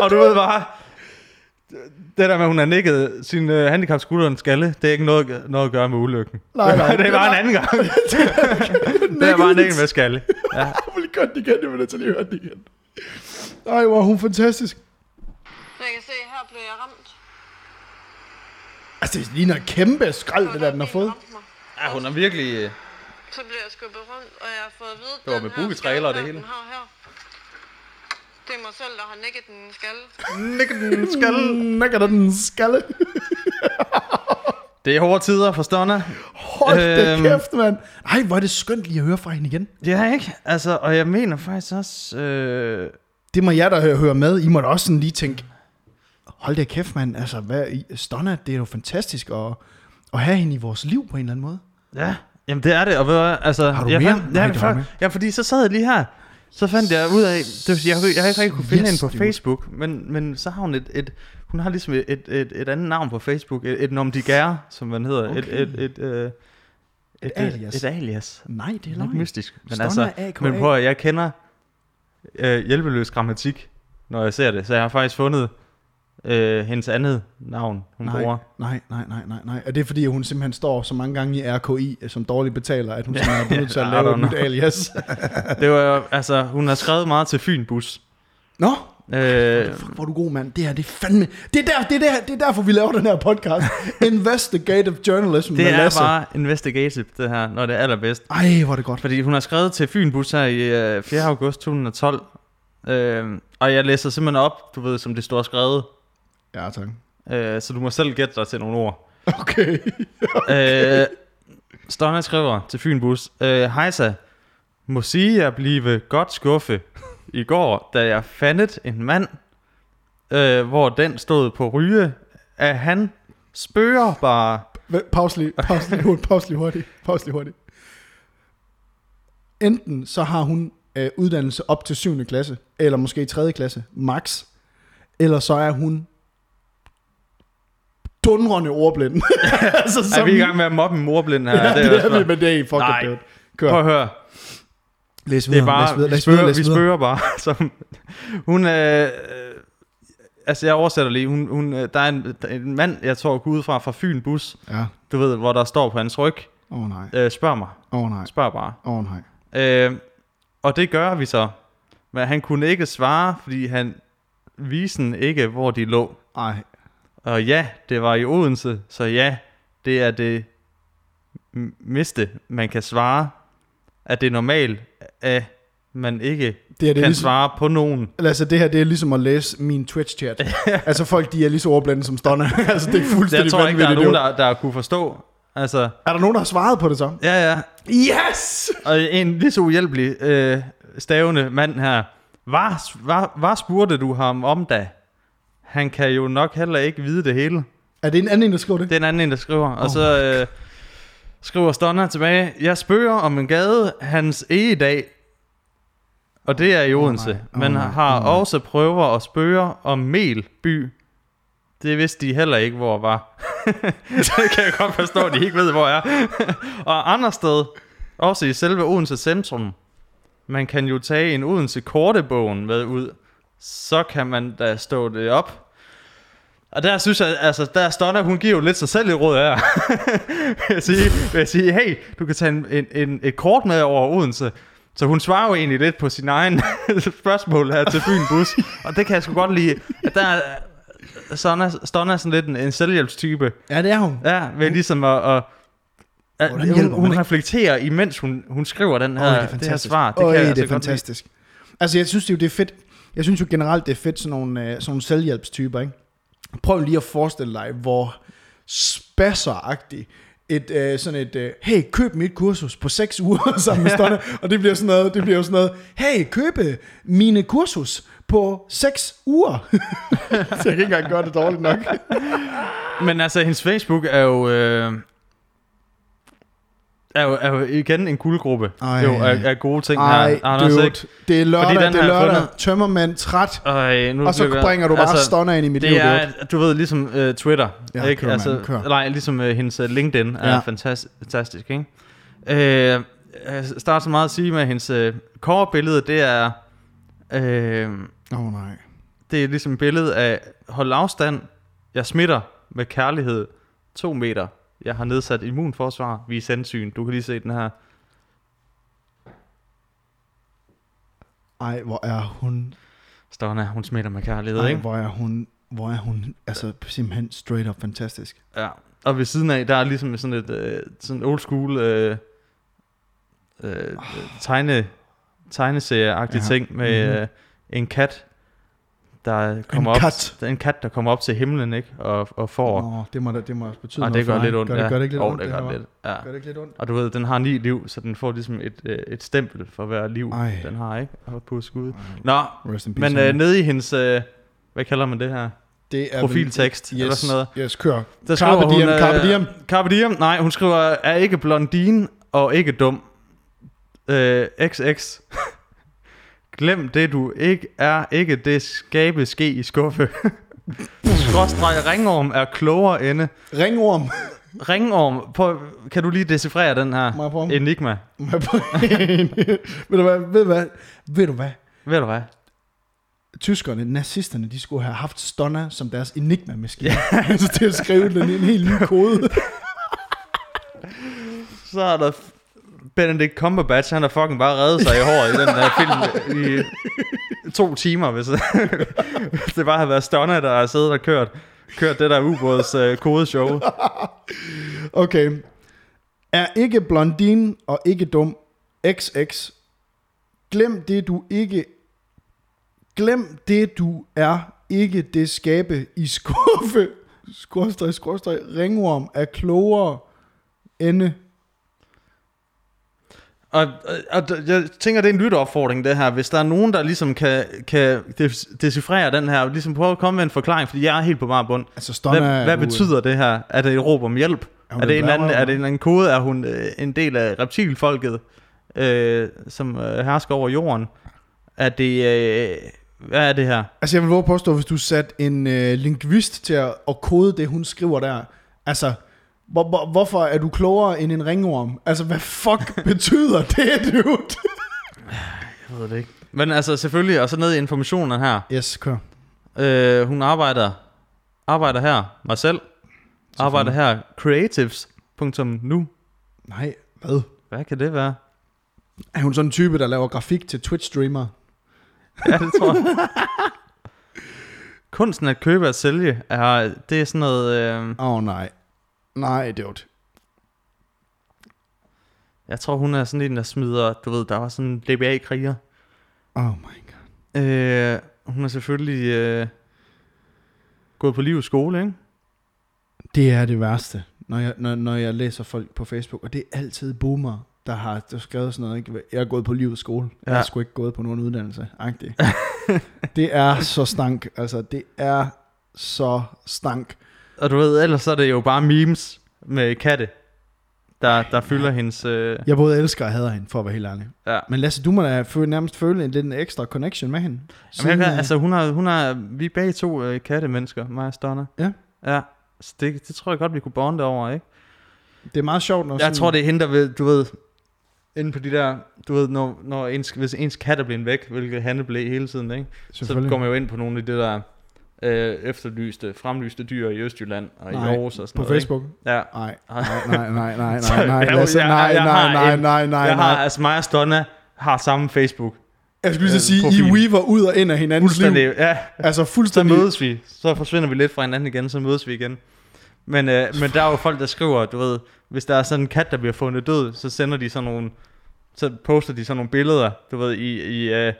Speaker 1: Og du ved bare, det der med, at hun har nikket sin øh, handicap skulderens skalle, det er ikke noget, noget at gøre med ulykken.
Speaker 3: Nej, nej,
Speaker 1: det
Speaker 3: det
Speaker 1: er bare
Speaker 3: var-
Speaker 1: en anden gang. det er bare en nikket med skalle. Ja.
Speaker 3: Jeg vil godt igen, jeg vil nødt til lige at høre det igen. Ej, hvor er hun fantastisk.
Speaker 4: Jeg kan se, her blev jeg ramt.
Speaker 3: Altså, det ligner et kæmpe skrald,
Speaker 4: var
Speaker 3: det
Speaker 4: der,
Speaker 3: der, den har
Speaker 4: bilen
Speaker 3: fået.
Speaker 4: ramte mig.
Speaker 1: ja, hun er virkelig... øh,
Speaker 4: Så blev jeg skubbet rundt, og jeg har fået at vide, at
Speaker 1: Det var
Speaker 4: den
Speaker 1: med
Speaker 4: her
Speaker 1: boogie-trailer og det
Speaker 4: skade
Speaker 1: hele.
Speaker 4: her, Den har her. Det er mig selv, der har nikket den skalle.
Speaker 1: Nikke den skal.
Speaker 3: Nækker der den skalle.
Speaker 1: Det er hårde tider for Stonna.
Speaker 3: Hold da
Speaker 1: Øhm.
Speaker 3: kæft, mand. Ej, hvor er det skønt lige at høre fra hende igen.
Speaker 1: Ja, ikke? Altså, og jeg mener faktisk også... Øh,
Speaker 3: Det må jeg da høre, høre med. I må da også sådan lige tænke, hold da kæft, mand. Altså, hvad, I- Stonna, det er jo fantastisk at, at have hende i vores liv på en eller anden måde.
Speaker 1: ja, jamen det er det. Og ved du hvad, altså,
Speaker 3: Har du
Speaker 1: jeg
Speaker 3: mere?
Speaker 1: Fandt,
Speaker 3: Nej,
Speaker 1: ja,
Speaker 3: det var
Speaker 1: for,
Speaker 3: med.
Speaker 1: ja, fordi så sad jeg lige her. Så fandt jeg ud af, det vil sige, jeg, jeg har ikke rigtig kunne finde
Speaker 3: Yes,
Speaker 1: yes, hende på
Speaker 3: dude.
Speaker 1: Facebook, men, men så har hun et, et hun har ligesom et, et, et, et andet navn på Facebook, et, et nomdigare, som man hedder. Okay. Et, et, et, øh, et, et,
Speaker 3: alias.
Speaker 1: Et alias.
Speaker 3: Nej, det er
Speaker 1: Lidt
Speaker 3: løgn.
Speaker 1: mystisk. Men,
Speaker 3: Stonna
Speaker 1: altså,
Speaker 3: AKA.
Speaker 1: men prøv at, jeg kender øh, hjælpeløs grammatik, når jeg ser det. Så jeg har faktisk fundet øh, hendes andet navn, hun
Speaker 3: Nej,
Speaker 1: bruger.
Speaker 3: nej, nej, nej, nej, nej. Og det er fordi, hun simpelthen står så mange gange i RKI, som dårligt betaler, at hun simpelthen er blevet nødt til at
Speaker 1: I
Speaker 3: lave
Speaker 1: don't
Speaker 3: et nyt
Speaker 1: know.
Speaker 3: alias.
Speaker 1: Det var jo, altså, hun har skrevet meget til Fyn Bus.
Speaker 3: Nå,
Speaker 1: Øh,
Speaker 3: fuck, hvor er du god, mand. Det her, det er fandme... Det er, der, det, er der, det er derfor, vi laver den her podcast. Investigative Journalism
Speaker 1: det
Speaker 3: med
Speaker 1: er
Speaker 3: Lasse.
Speaker 1: bare investigative, det her, når det er allerbedst.
Speaker 3: Ej, hvor er det godt.
Speaker 1: Fordi hun har skrevet til Fyn Bus her i øh, 4. august 2012. Øh, og jeg læser simpelthen op, du ved, som det står skrevet.
Speaker 3: Ja, tak.
Speaker 1: Øh, så du må selv gætte dig til nogle ord.
Speaker 3: Okay.
Speaker 1: Øh, Stonna skriver til Fyn Bus. Øh, Hejsa, må sige jeg blive godt skuffe i går, da jeg fandt en mand, øh, hvor den stod på ryge, at han spørger bare.
Speaker 3: Vent, Pause lige, pause lige, hurtigt, pause lige hurtigt, pause lige hurtigt. Enten så har hun øh, uddannelse op til 7. klasse, eller måske 3. klasse, max. Eller så er hun dundrende ordblind. altså,
Speaker 1: Er vi i gang med at mobbe en morblind her?
Speaker 3: Ja, det,
Speaker 1: også
Speaker 3: er
Speaker 1: bare-
Speaker 3: vi, men det er I
Speaker 1: Nej.
Speaker 3: fucking dødt.
Speaker 1: Prøv at
Speaker 3: Kør.
Speaker 1: høre.
Speaker 3: Læs
Speaker 1: Det
Speaker 3: videre,
Speaker 1: er
Speaker 3: læs videre,
Speaker 1: bare, vi
Speaker 3: læs videre,
Speaker 1: spørger,
Speaker 3: læs
Speaker 1: vi
Speaker 3: videre.
Speaker 1: spørger bare. Som, hun, øh, øh, altså jeg oversætter lige. Hun, hun, øh, der er en, der er en mand, jeg tror, går ud fra, fra Fyn Bus.
Speaker 3: Ja.
Speaker 1: Du ved, hvor der står på hans ryg.
Speaker 3: Åh oh, nej,
Speaker 1: Øh, spørg mig.
Speaker 3: åh oh, nej,
Speaker 1: Spørg bare.
Speaker 3: åh oh, nej.
Speaker 1: Øh, og det gør vi så. Men han kunne ikke svare, fordi han visen ikke, hvor de lå.
Speaker 3: Ej,
Speaker 1: Og ja, det var i Odense, så ja, det er det m- miste, man kan svare, at det er normalt, at man ikke
Speaker 3: det
Speaker 1: kan
Speaker 3: er det ligesom,
Speaker 1: svare på nogen.
Speaker 3: altså det her, det er ligesom at læse min Twitch-chat. altså folk, de er lige så ordblinde som Stonna. altså det er fuldstændig
Speaker 1: Jeg tror ikke, der er
Speaker 3: vanvittigt,
Speaker 1: nogen,
Speaker 3: det
Speaker 1: der, der kunne forstå. Altså,
Speaker 3: jo. er der nogen, der har svaret på det så?
Speaker 1: ja, ja.
Speaker 3: Yes!
Speaker 1: Og en lige så uhjælpelig øh, stavende mand her. Hvad, hvad, hvad spurgte du ham om da? Han kan jo nok heller ikke vide det hele.
Speaker 3: Er det en anden, der skriver det?
Speaker 1: Det er en anden, en, der skriver. Og så øh, skriver Stonna tilbage, jeg spørger om en gade, hans egedag, og det er i Odense. Oh,
Speaker 3: nej. Åh,
Speaker 1: Man
Speaker 3: nej.
Speaker 1: har
Speaker 3: Åh,
Speaker 1: oh, også prøver og spørger om Melby. Det vidste de heller ikke, hvor var. det kan jeg godt forstå, at de ikke ved, hvor jeg er. og andre sted, også i selve Odense centrum, man kan jo tage en Odense kortebogen med ud. Så kan man da stå det op. Og der synes jeg, altså, der er Stonna, hun giver jo lidt sig selv i råd her. vil, jeg sige, vil jeg sige, hey, du kan tage en, en, en, et kort med over Odense. Så hun svarer jo egentlig lidt på sin egen spørgsmål her til Fyn Bus. Og det kan jeg sgu godt lide. At der er Stonna, Stonna er sådan lidt en, en selvhjælpstype.
Speaker 3: Ja, det er hun.
Speaker 1: Ja, ved ligesom at... at at
Speaker 3: Hvordan hjælper
Speaker 1: hun,
Speaker 3: man
Speaker 1: hun
Speaker 3: ikke?
Speaker 1: reflekterer, imens hun, hun skriver den her,
Speaker 3: Øj,
Speaker 1: Øh, det, det her svar.
Speaker 3: Det, Øj,
Speaker 1: jeg
Speaker 3: det
Speaker 1: altså
Speaker 3: er
Speaker 1: godt lide.
Speaker 3: fantastisk. Altså, jeg synes det jo, det er fedt. Jeg synes jo generelt, det er fedt sådan nogle, øh, sådan nogle selvhjælpstyper, ikke? Prøv lige at forestille dig, hvor spasseragtigt et, øh, sådan et, øh, hey, køb mit kursus på 6 uger sammen med Stonna, og det bliver sådan noget, det bliver jo sådan noget, hey, købe mine kursus på 6 uger. Så jeg kan ikke engang gøre det dårligt nok.
Speaker 1: Men altså, hendes Facebook er jo... Øh, er, jo, er jo igen en guldgruppe
Speaker 3: Ej.
Speaker 1: jo, af, af gode ting
Speaker 3: Ej,
Speaker 1: her. Anders,
Speaker 3: dude,
Speaker 1: ikke?
Speaker 3: det er lørdag,
Speaker 1: Fordi den
Speaker 3: det er
Speaker 1: har jeg
Speaker 3: lørdag,
Speaker 1: fundet.
Speaker 3: tømmermand, træt,
Speaker 1: Ej, nu
Speaker 3: og så
Speaker 1: bliver jeg-
Speaker 3: bringer du bare altså, Stonna ind i mit liv.
Speaker 1: det
Speaker 3: dude.
Speaker 1: er, du ved, ligesom uh, Twitter,
Speaker 3: Ja,
Speaker 1: ikke?
Speaker 3: kør, mand, kør.
Speaker 1: nej, ligesom uh, hendes øh, LinkedIn er
Speaker 3: Ja.
Speaker 1: ja. fantastisk, fantastisk, ikke? Øh, jeg starter så meget at sige med, at hendes uh, core-billede, det er, øh,
Speaker 3: Åh oh, nej.
Speaker 1: det er ligesom et billede af, hold afstand, jeg smitter med kærlighed, to meter, jeg har nedsat immunforsvar, vi er sandsyn, du kan lige se den her.
Speaker 3: Ej, hvor er hun...
Speaker 1: Stående, hun smitter med kærlighed,
Speaker 3: Ej,
Speaker 1: ikke?
Speaker 3: hvor er hun... Hvor er hun... Altså, simpelthen straight up fantastisk.
Speaker 1: Ja, og ved siden af, der er ligesom sådan et øh, sådan old school øh, øh, tegne, tegneserie-agtig
Speaker 3: Oh. Ja.
Speaker 1: ting med
Speaker 3: Mhm.
Speaker 1: øh, en kat, der kommer op,
Speaker 3: kat.
Speaker 1: der er en kat, der kommer op til himlen, ikke? Og, og får... Oh,
Speaker 3: Nå, det må, da- det må også betyde
Speaker 1: og
Speaker 3: noget
Speaker 1: Ah, det
Speaker 3: for
Speaker 1: gør
Speaker 3: dig.
Speaker 1: lidt ondt,
Speaker 3: Gør det,
Speaker 1: ja.
Speaker 3: gør det ikke lidt
Speaker 1: Jo,
Speaker 3: ondt?
Speaker 1: det
Speaker 3: her,
Speaker 1: gør
Speaker 3: hva'?
Speaker 1: lidt, ja.
Speaker 3: Gør det ikke lidt ondt?
Speaker 1: Og du ved, den har ni liv, så den får ligesom et, øh, et stempel for hver liv,
Speaker 3: Ej.
Speaker 1: den har, ikke? Og på skud. Nå,
Speaker 3: Rest in peace.
Speaker 1: Mm. men øh, nede i hendes, øh, hvad kalder man det her?
Speaker 3: det er vel-
Speaker 1: Profiltekst, yes. eller
Speaker 3: yes,
Speaker 1: sådan noget.
Speaker 3: Yes, kør.
Speaker 1: Der skriver
Speaker 3: Carpe diem,
Speaker 1: hun, øh,
Speaker 3: carpe diem.
Speaker 1: Carpe diem, nej, hun skriver, er ikke blondine og ikke dum. Øh, XX. Glem det, du ikke er, ikke det skabe ske i skuffe. Skråstreg ringorm er klogere ende.
Speaker 3: Ringorm.
Speaker 1: Ringorm, på, kan du lige decifrere den
Speaker 3: Må
Speaker 1: her
Speaker 3: jeg prøve?
Speaker 1: enigma?
Speaker 3: Må jeg prøve en? ved du hvad? Ved du hvad? Ved du hvad?
Speaker 1: Ved du hvad?
Speaker 3: Tyskerne, nazisterne, de skulle have haft Stonna som deres enigma-maskine. altså til at skrive den i en helt ny kode.
Speaker 1: Så er der f- Benedict Cumberbatch, han har fucking bare reddet sig i håret i den der film i to timer, hvis, hvis det bare havde været Stonna, der har siddet og kørt, kørt det der ubåds øh, kodeshow.
Speaker 3: Okay. Er ikke blondin og ikke dum. XX. Glem det, du ikke... Glem det, du er. Ikke det skabe i skuffe. Skorstræk, skorstræk. Ringorm er klogere ende.
Speaker 1: Og, og, og d- jeg tænker, det er en lytteopfordring, det her. Hvis der er nogen, der ligesom kan, kan def- decifrere den her, ligesom prøve at komme med en forklaring, fordi jeg er helt på bare bund.
Speaker 3: Altså, Stonna
Speaker 1: Hvad, hvad
Speaker 3: er jo-
Speaker 1: betyder det her? Er det et råb om hjælp?
Speaker 3: hun
Speaker 1: Er det,
Speaker 3: en
Speaker 1: en anden,
Speaker 3: blærerøv?
Speaker 1: er det en eller anden kode? Er hun øh, en del af reptilfolket, øh, som øh, hersker over jorden? Er det... Øh, hvad er det her?
Speaker 3: Altså jeg vil våge at påstå, hvis du satte en øh, lingvist til at, at kode det, hun skriver der, altså, hvor, hvor, hvorfor er du klogere end en ringorm? Altså hvad fuck betyder det, dude?
Speaker 1: Jeg ved det ikke. Men altså selvfølgelig, og så ned i informationen her.
Speaker 3: Yes, kør.
Speaker 1: Øh, hun arbejder, arbejder her, mig selv. Arbejder her, creatives.nu.
Speaker 3: Nej, hvad?
Speaker 1: Hvad kan det være?
Speaker 3: Er hun sådan en type, der laver grafik til Twitch-streamer?
Speaker 1: Ja, det tror jeg. Kunsten at købe og sælge, er, det er sådan noget... Øh,
Speaker 3: Åh oh, nej. Nej, dude.
Speaker 1: Jeg tror, hun er sådan en, der smider... Du ved, der var sådan en DBA-kriger.
Speaker 3: Oh my god.
Speaker 1: Øh, hun er selvfølgelig øh, gået på livets skole, ikke?
Speaker 3: Det er det værste, når jeg, når, når jeg læser folk på Facebook, og det er altid boomer, der har der har skrevet sådan noget, ikke? jeg er gået på livets skole, ja. jeg
Speaker 1: Ja.
Speaker 3: er sgu ikke gået på nogen uddannelse, agtigt. det er så stank, altså det er så stank.
Speaker 1: Og du ved, ellers så er det jo bare memes med katte, der, der fylder hendes... Øh,
Speaker 3: Jeg både elsker og hader hende, for at være helt ærlig.
Speaker 1: ja.
Speaker 3: Men Lasse, du må da føle, nærmest føle en lidt ekstra connection med hende.
Speaker 1: Jamen, jeg
Speaker 3: øh,
Speaker 1: kan, altså, hun har, hun har, vi er begge to øh, kattemennesker, mig og Stonna.
Speaker 3: Ja.
Speaker 1: Ja, så det, det tror jeg godt, vi kunne bonde over, ikke?
Speaker 3: det er meget sjovt, når
Speaker 1: Jeg tror, det er hende, der vil, du ved, inde på de der, du ved, når, når ens, hvis ens kat er blevet væk, hvilket han blev hele tiden, ikke? Så går man jo ind på nogle af det der øh, efterlyste, fremlyste dyr i Østjylland og
Speaker 3: Nej,
Speaker 1: i Aarhus og sådan
Speaker 3: på
Speaker 1: noget. ikke?
Speaker 3: Facebook.
Speaker 1: Ja.
Speaker 3: Nej, nej, nej, nej, nej, nej,
Speaker 1: Så
Speaker 3: nej,
Speaker 1: jeg-
Speaker 3: Lasse,
Speaker 1: jeg-
Speaker 3: nej,
Speaker 1: jeg har
Speaker 3: nej, nej,
Speaker 1: en-
Speaker 3: nej, nej,
Speaker 1: jeg har,
Speaker 3: nej.
Speaker 1: altså mig og Stonna har samme Facebook.
Speaker 3: Jeg skulle lige så sige,
Speaker 1: øh,
Speaker 3: I
Speaker 1: profil.
Speaker 3: weaver ud og ind af hinandens liv.
Speaker 1: Fuldstændig. Ja,
Speaker 3: Altså
Speaker 1: så
Speaker 3: fuldstændig.
Speaker 1: mødes vi. Så forsvinder vi lidt fra hinanden igen, så mødes vi igen. Men, øh, men der er jo folk, der skriver, du ved, hvis der er sådan en kat, der bliver fundet død, så sender de sådan nogle, så poster de sådan nogle billeder, du ved, i, i, øh,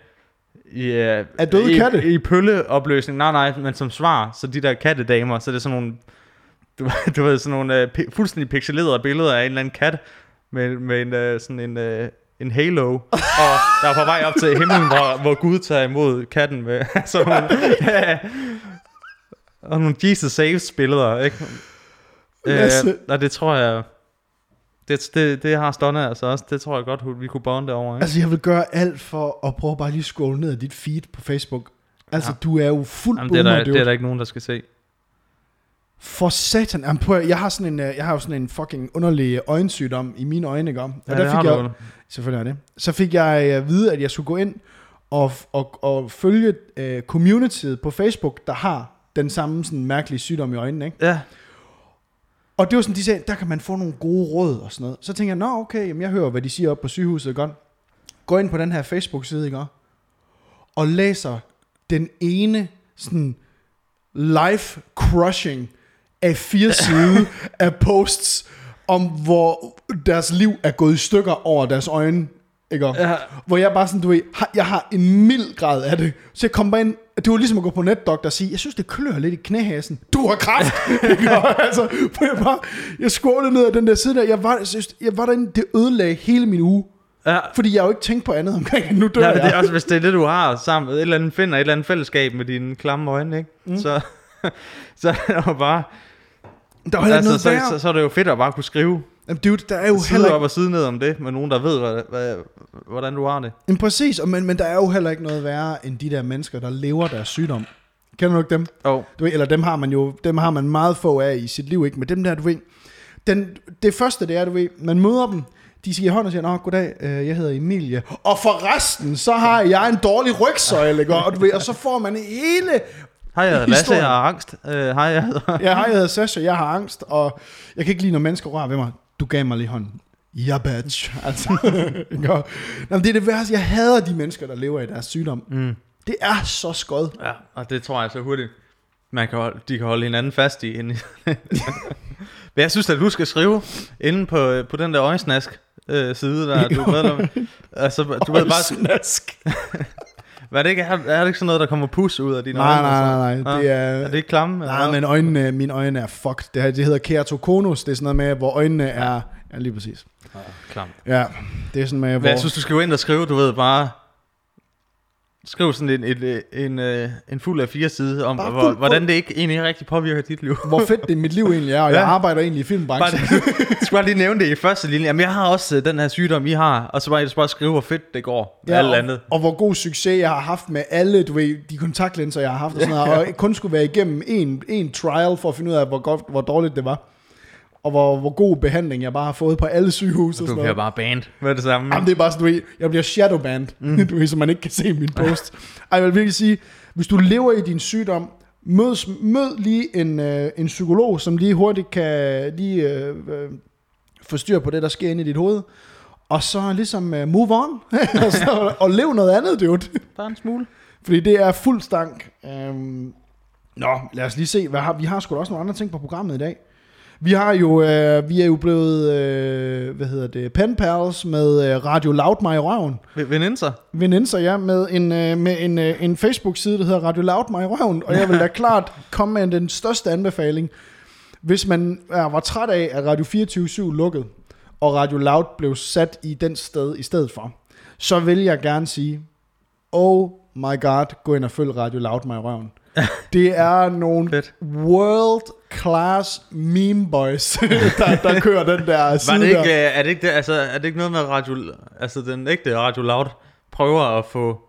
Speaker 1: i, øh,
Speaker 3: Af døde
Speaker 1: i,
Speaker 3: katte?
Speaker 1: I pølleopløsning. Nej, nej, men som svar, så de der kattedamer, så er det sådan nogle, du, du ved, sådan nogle øh, pi- fuldstændig pixelerede billeder af en eller anden kat, med, med en, øh, sådan en, øh, en halo, og der er på vej op til himlen, hvor, hvor Gud tager imod katten med sådan nogle, ja, og nogle Jesus Saves billeder, ikke? Øh,
Speaker 3: Lasse.
Speaker 1: og det tror jeg, det, det, det har Stonna altså også, det tror jeg godt, hun- vi kunne bonde over, ikke?
Speaker 3: Altså jeg vil gøre alt for at prøve bare lige at scrolle ned af dit feed på Facebook. Altså
Speaker 1: Ja.
Speaker 3: du er jo fuld
Speaker 1: Jamen, det, er
Speaker 3: boomer,
Speaker 1: der, det er
Speaker 3: dude.
Speaker 1: der ikke nogen, der skal se.
Speaker 3: For satan. Jamen, prøv, at- jeg har sådan en, øh, jeg har jo sådan en fucking underlig øjensygdom i mine øjne, ikke om? Og
Speaker 1: Ja, det har
Speaker 3: fik
Speaker 1: du
Speaker 3: jeg,
Speaker 1: vel.
Speaker 3: Selvfølgelig er det. Så fik jeg øh, at vide, at jeg skulle gå ind og, f- og, og følge øh, communityet på Facebook, der har den samme sådan mærkelige sygdom i øjnene, ikke?
Speaker 1: Ja,
Speaker 3: Og det var sådan, de sagde, der kan man få nogle gode råd og sådan noget. Så tænkte jeg, nå okay, jamen jeg hører, hvad de siger op på sygehuset, godt. Gå ind på den her Facebook-side, ikke? også? Og læser den ene sådan life-crushing af fire side af posts, om hvor deres liv er gået i stykker over deres øjne, ikke? også?
Speaker 1: Ja.
Speaker 3: Hvor jeg bare sådan, du ved, har, jeg har en mild grad af det. Så jeg kom bare ind det var ligesom at gå på netdoktor og sige, jeg synes, det klør lidt i knæhasen. Du har kraft! Ikke? Og altså, for jeg, bare, jeg skålede ned ad den der side der. Jeg var, jeg, synes, jeg var derinde, det ødelagde hele min uge.
Speaker 1: Ja.
Speaker 3: Fordi jeg jo ikke tænkte på andet omkring, at nu dør
Speaker 1: Ja,
Speaker 3: jeg.
Speaker 1: men det er også, hvis det er det, du har sammen. Et eller andet finder et eller andet fællesskab med dine klamme øjne, ikke? Mm. Så, så er det jo bare...
Speaker 3: der var heller ikke
Speaker 1: Altså,
Speaker 3: noget
Speaker 1: så,
Speaker 3: værre.
Speaker 1: så, så, er det jo fedt at bare kunne skrive
Speaker 3: Jamen, dude, der er jo heller
Speaker 1: side
Speaker 3: ikke
Speaker 1: op og side ned om det, med nogen, der ved, hvad, hvad, hvordan du har det.
Speaker 3: Jamen præcis, og men, men der er jo heller ikke noget værre end de der mennesker, der lever deres sygdom. Kender du ikke dem?
Speaker 1: Jo.
Speaker 3: Du ved, eller dem har man jo dem har man meget få af i sit liv, ikke? Men dem der, du ved, den, det første det er, du ved, man møder dem, de siger hånd og siger, Nå, goddag, øh, jeg hedder Emilie. Og forresten, så har jeg en dårlig rygsøjle, ikke? Og, du ved, og så får man hele...
Speaker 1: Hej, jeg hedder Lasse,
Speaker 3: Historien.
Speaker 1: jeg har angst. Øh, Hej, jeg hedder...
Speaker 3: Ja, hej, jeg hedder Sasha, jeg har angst, og jeg kan ikke lide, når mennesker rører ved mig. Du gav mig lige hånden. Ja, bitch. Altså, ikke? Og- Nå, men det er det værste. Jeg hader de mennesker, der lever i deres sygdom. Mm. Det er så skød.
Speaker 1: Ja, og det tror jeg så hurtigt, man kan holde, de kan holde hinanden fast i. Inden... Men jeg synes, at du skal skrive inde på, øh, på den der øjensnask øh, side, der du er medlem. Altså, du ved bare,
Speaker 3: snask.
Speaker 1: hvad er det ikke, er, er det ikke sådan noget, der kommer pus ud af dine
Speaker 3: Nej,
Speaker 1: øjne?
Speaker 3: nej,
Speaker 1: altså?
Speaker 3: nej, nej.
Speaker 1: Ah,
Speaker 3: Det er-
Speaker 1: er det ikke klamme? eller
Speaker 3: Nej,
Speaker 1: hvad?
Speaker 3: men øjnene, mine øjne er fucked. Det, her, det hedder keratokonus. Det er sådan noget med, hvor øjnene er... Ja, lige præcis.
Speaker 1: Klamt.
Speaker 3: Ja, det er sådan med,
Speaker 1: Men
Speaker 3: hvor...
Speaker 1: jeg synes, du skal gå ind og skrive, du ved, bare... Skriv sådan en, en, en, en, øh, en fuld af fire side om,
Speaker 3: Bare
Speaker 1: hvor,
Speaker 3: fuld-
Speaker 1: hvordan det ikke egentlig rigtig påvirker dit liv.
Speaker 3: hvor fedt det mit liv egentlig er, og
Speaker 1: Ja.
Speaker 3: jeg arbejder egentlig i
Speaker 1: Bare,
Speaker 3: filmbranchen.
Speaker 1: jeg skal bare lige nævne det i første linje. Jamen, jeg har også øh, den her sygdom, I har. Og så bare, så bare skrive, hvor fedt det går. Ja, alt
Speaker 3: og,
Speaker 1: andet.
Speaker 3: og hvor god succes jeg har haft med alle du ved, de kontaktlinser, jeg har haft, og, sådan noget, og kun skulle være igennem en, en trial for at finde ud af, hvor, godt, hvor dårligt det var. Og hvor, hvor god behandling jeg bare har fået på alle sygehus. Og
Speaker 1: Du
Speaker 3: sådan
Speaker 1: bliver
Speaker 3: noget.
Speaker 1: bare banned med det samme.
Speaker 3: Jamen, det er bare sådan, du ved, jeg bliver shadowbanned, mm. du ved, så man ikke kan se min post. Ej, jeg vil virkelig sige, hvis du lever i din sygdom, mød, mød lige en, øh, en psykolog, som lige hurtigt kan lige, øh, øh, få styr på det, der sker inde i dit hoved. Og så ligesom øh, move on, og, så, og lev noget andet, dude.
Speaker 1: Bare en smule.
Speaker 3: Fordi det er fuld stank. Øhm, nå, lad os lige se. Hvad har, vi har sgu da også nogle andre ting på programmet i dag. Vi har jo, øh, vi er jo blevet, øh, hvad hedder det, pen pals med øh, Radio Loud mig i røven.
Speaker 1: Veninser.
Speaker 3: Veninser, ja, med en, øh, med en, øh, en Facebook-side, der hedder Radio Loud mig i røven. Og jeg vil da klart komme med den største anbefaling. Hvis man er, var træt af, at Radio 24 lukkede, og Radio Loud blev sat i den sted i stedet for, så vil jeg gerne sige, oh my god, gå ind og følg Radio Loud mig i røven. Det er nogle
Speaker 1: Fedt.
Speaker 3: world class meme boys, der, der kører den der side
Speaker 1: Var det
Speaker 3: der.
Speaker 1: ikke, øh, er, det ikke det, altså, er det ikke noget med at radio, altså den ægte Radio Loud prøver at få,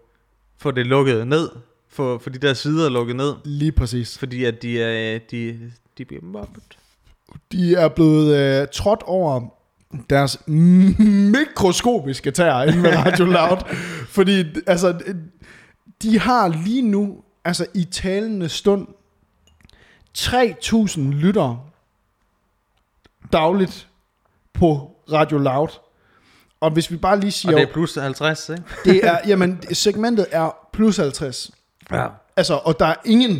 Speaker 1: få det lukket ned? Få, få de der sider lukket ned?
Speaker 3: Lige præcis.
Speaker 1: Fordi at de, er, øh, de, de bliver mobbet.
Speaker 3: De er blevet øh, trådt over deres mikroskopiske tær inden ved Radio Loud. Fordi, altså, de har lige nu, altså i talende stund, 3.000 lyttere dagligt på Radio Loud. Og hvis vi bare lige
Speaker 1: Og
Speaker 3: siger,
Speaker 1: det er plus 50, ikke?
Speaker 3: det er, jamen, segmentet er plus 50.
Speaker 1: Ja.
Speaker 3: Altså, og der er ingen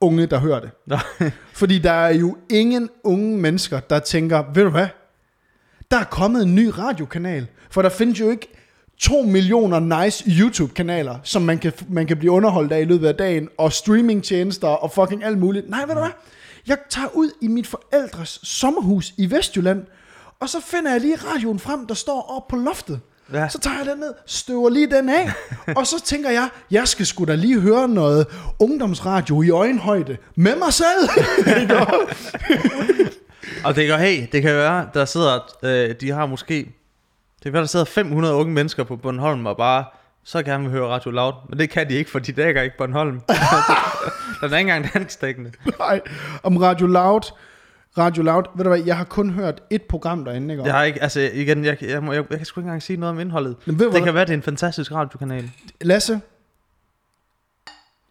Speaker 3: unge, der hører det. Fordi der er jo ingen unge mennesker, der tænker, ved du hvad, der er kommet en ny radiokanal. For der findes jo ikke to millioner nice YouTube-kanaler, som man kan, man kan blive underholdt af i løbet af dagen, og streamingtjenester og fucking alt muligt. Nej, ved du hvad, jeg tager ud i mit forældres sommerhus i Vestjylland, og så finder jeg lige radioen frem, der står oppe på loftet.
Speaker 1: Ja.
Speaker 3: Ja. Så tager jeg den ned, støver lige den af, og så tænker jeg, jeg skal sgu da lige høre noget ungdomsradio i øjenhøjde med mig selv. Ikke? Og-
Speaker 1: Og det kan, hey, det kan være, der sidder, øh, de har måske, det kan være, der sidder 500 unge mennesker på Bornholm og bare så gerne vil høre Radio Loud. Men det kan de ikke, for de dækker ikke Bornholm. Altså, den er ikke engang danskdækkende.
Speaker 3: Nej, om Radio Loud. Radio Loud, ved du hvad, jeg har kun hørt et program derinde, ikke?
Speaker 1: Jeg har ikke, altså igen, jeg, jeg, må, jeg, jeg kan sgu ikke engang sige noget om indholdet.
Speaker 3: Men ved du
Speaker 1: det
Speaker 3: hvad?
Speaker 1: kan være, det er en fantastisk radiokanal.
Speaker 3: Lasse,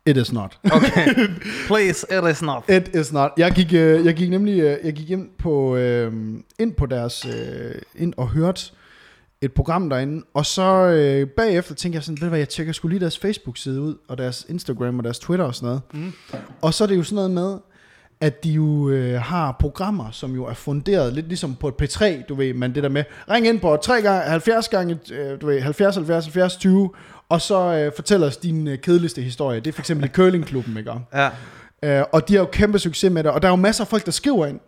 Speaker 3: it is not.
Speaker 1: Okay, please, it is not.
Speaker 3: It is not. Jeg gik, øh, jeg gik nemlig øh, jeg gik ind på, øh, ind på deres, øh, ind og hørte et program derinde, og så øh, bagefter tænkte jeg sådan, ved du hvad, jeg tjekker skulle lige deres Facebook-side ud, og deres Instagram og deres Twitter og sådan noget. Mm. Og så er det jo sådan noget med, at de jo øh, har programmer, som jo er funderet lidt ligesom på et P3, du ved, men det der med, ring ind på 3 gange, 70 gange, øh, du ved, 70, 70, 70, 20, og så øh, fortæl os din øh, kedeligste historie. Det er for eksempel i curlingklubben, ikke?
Speaker 1: Ja.
Speaker 3: Øh, og de har jo kæmpe succes med det, og der er jo masser af folk, der skriver ind.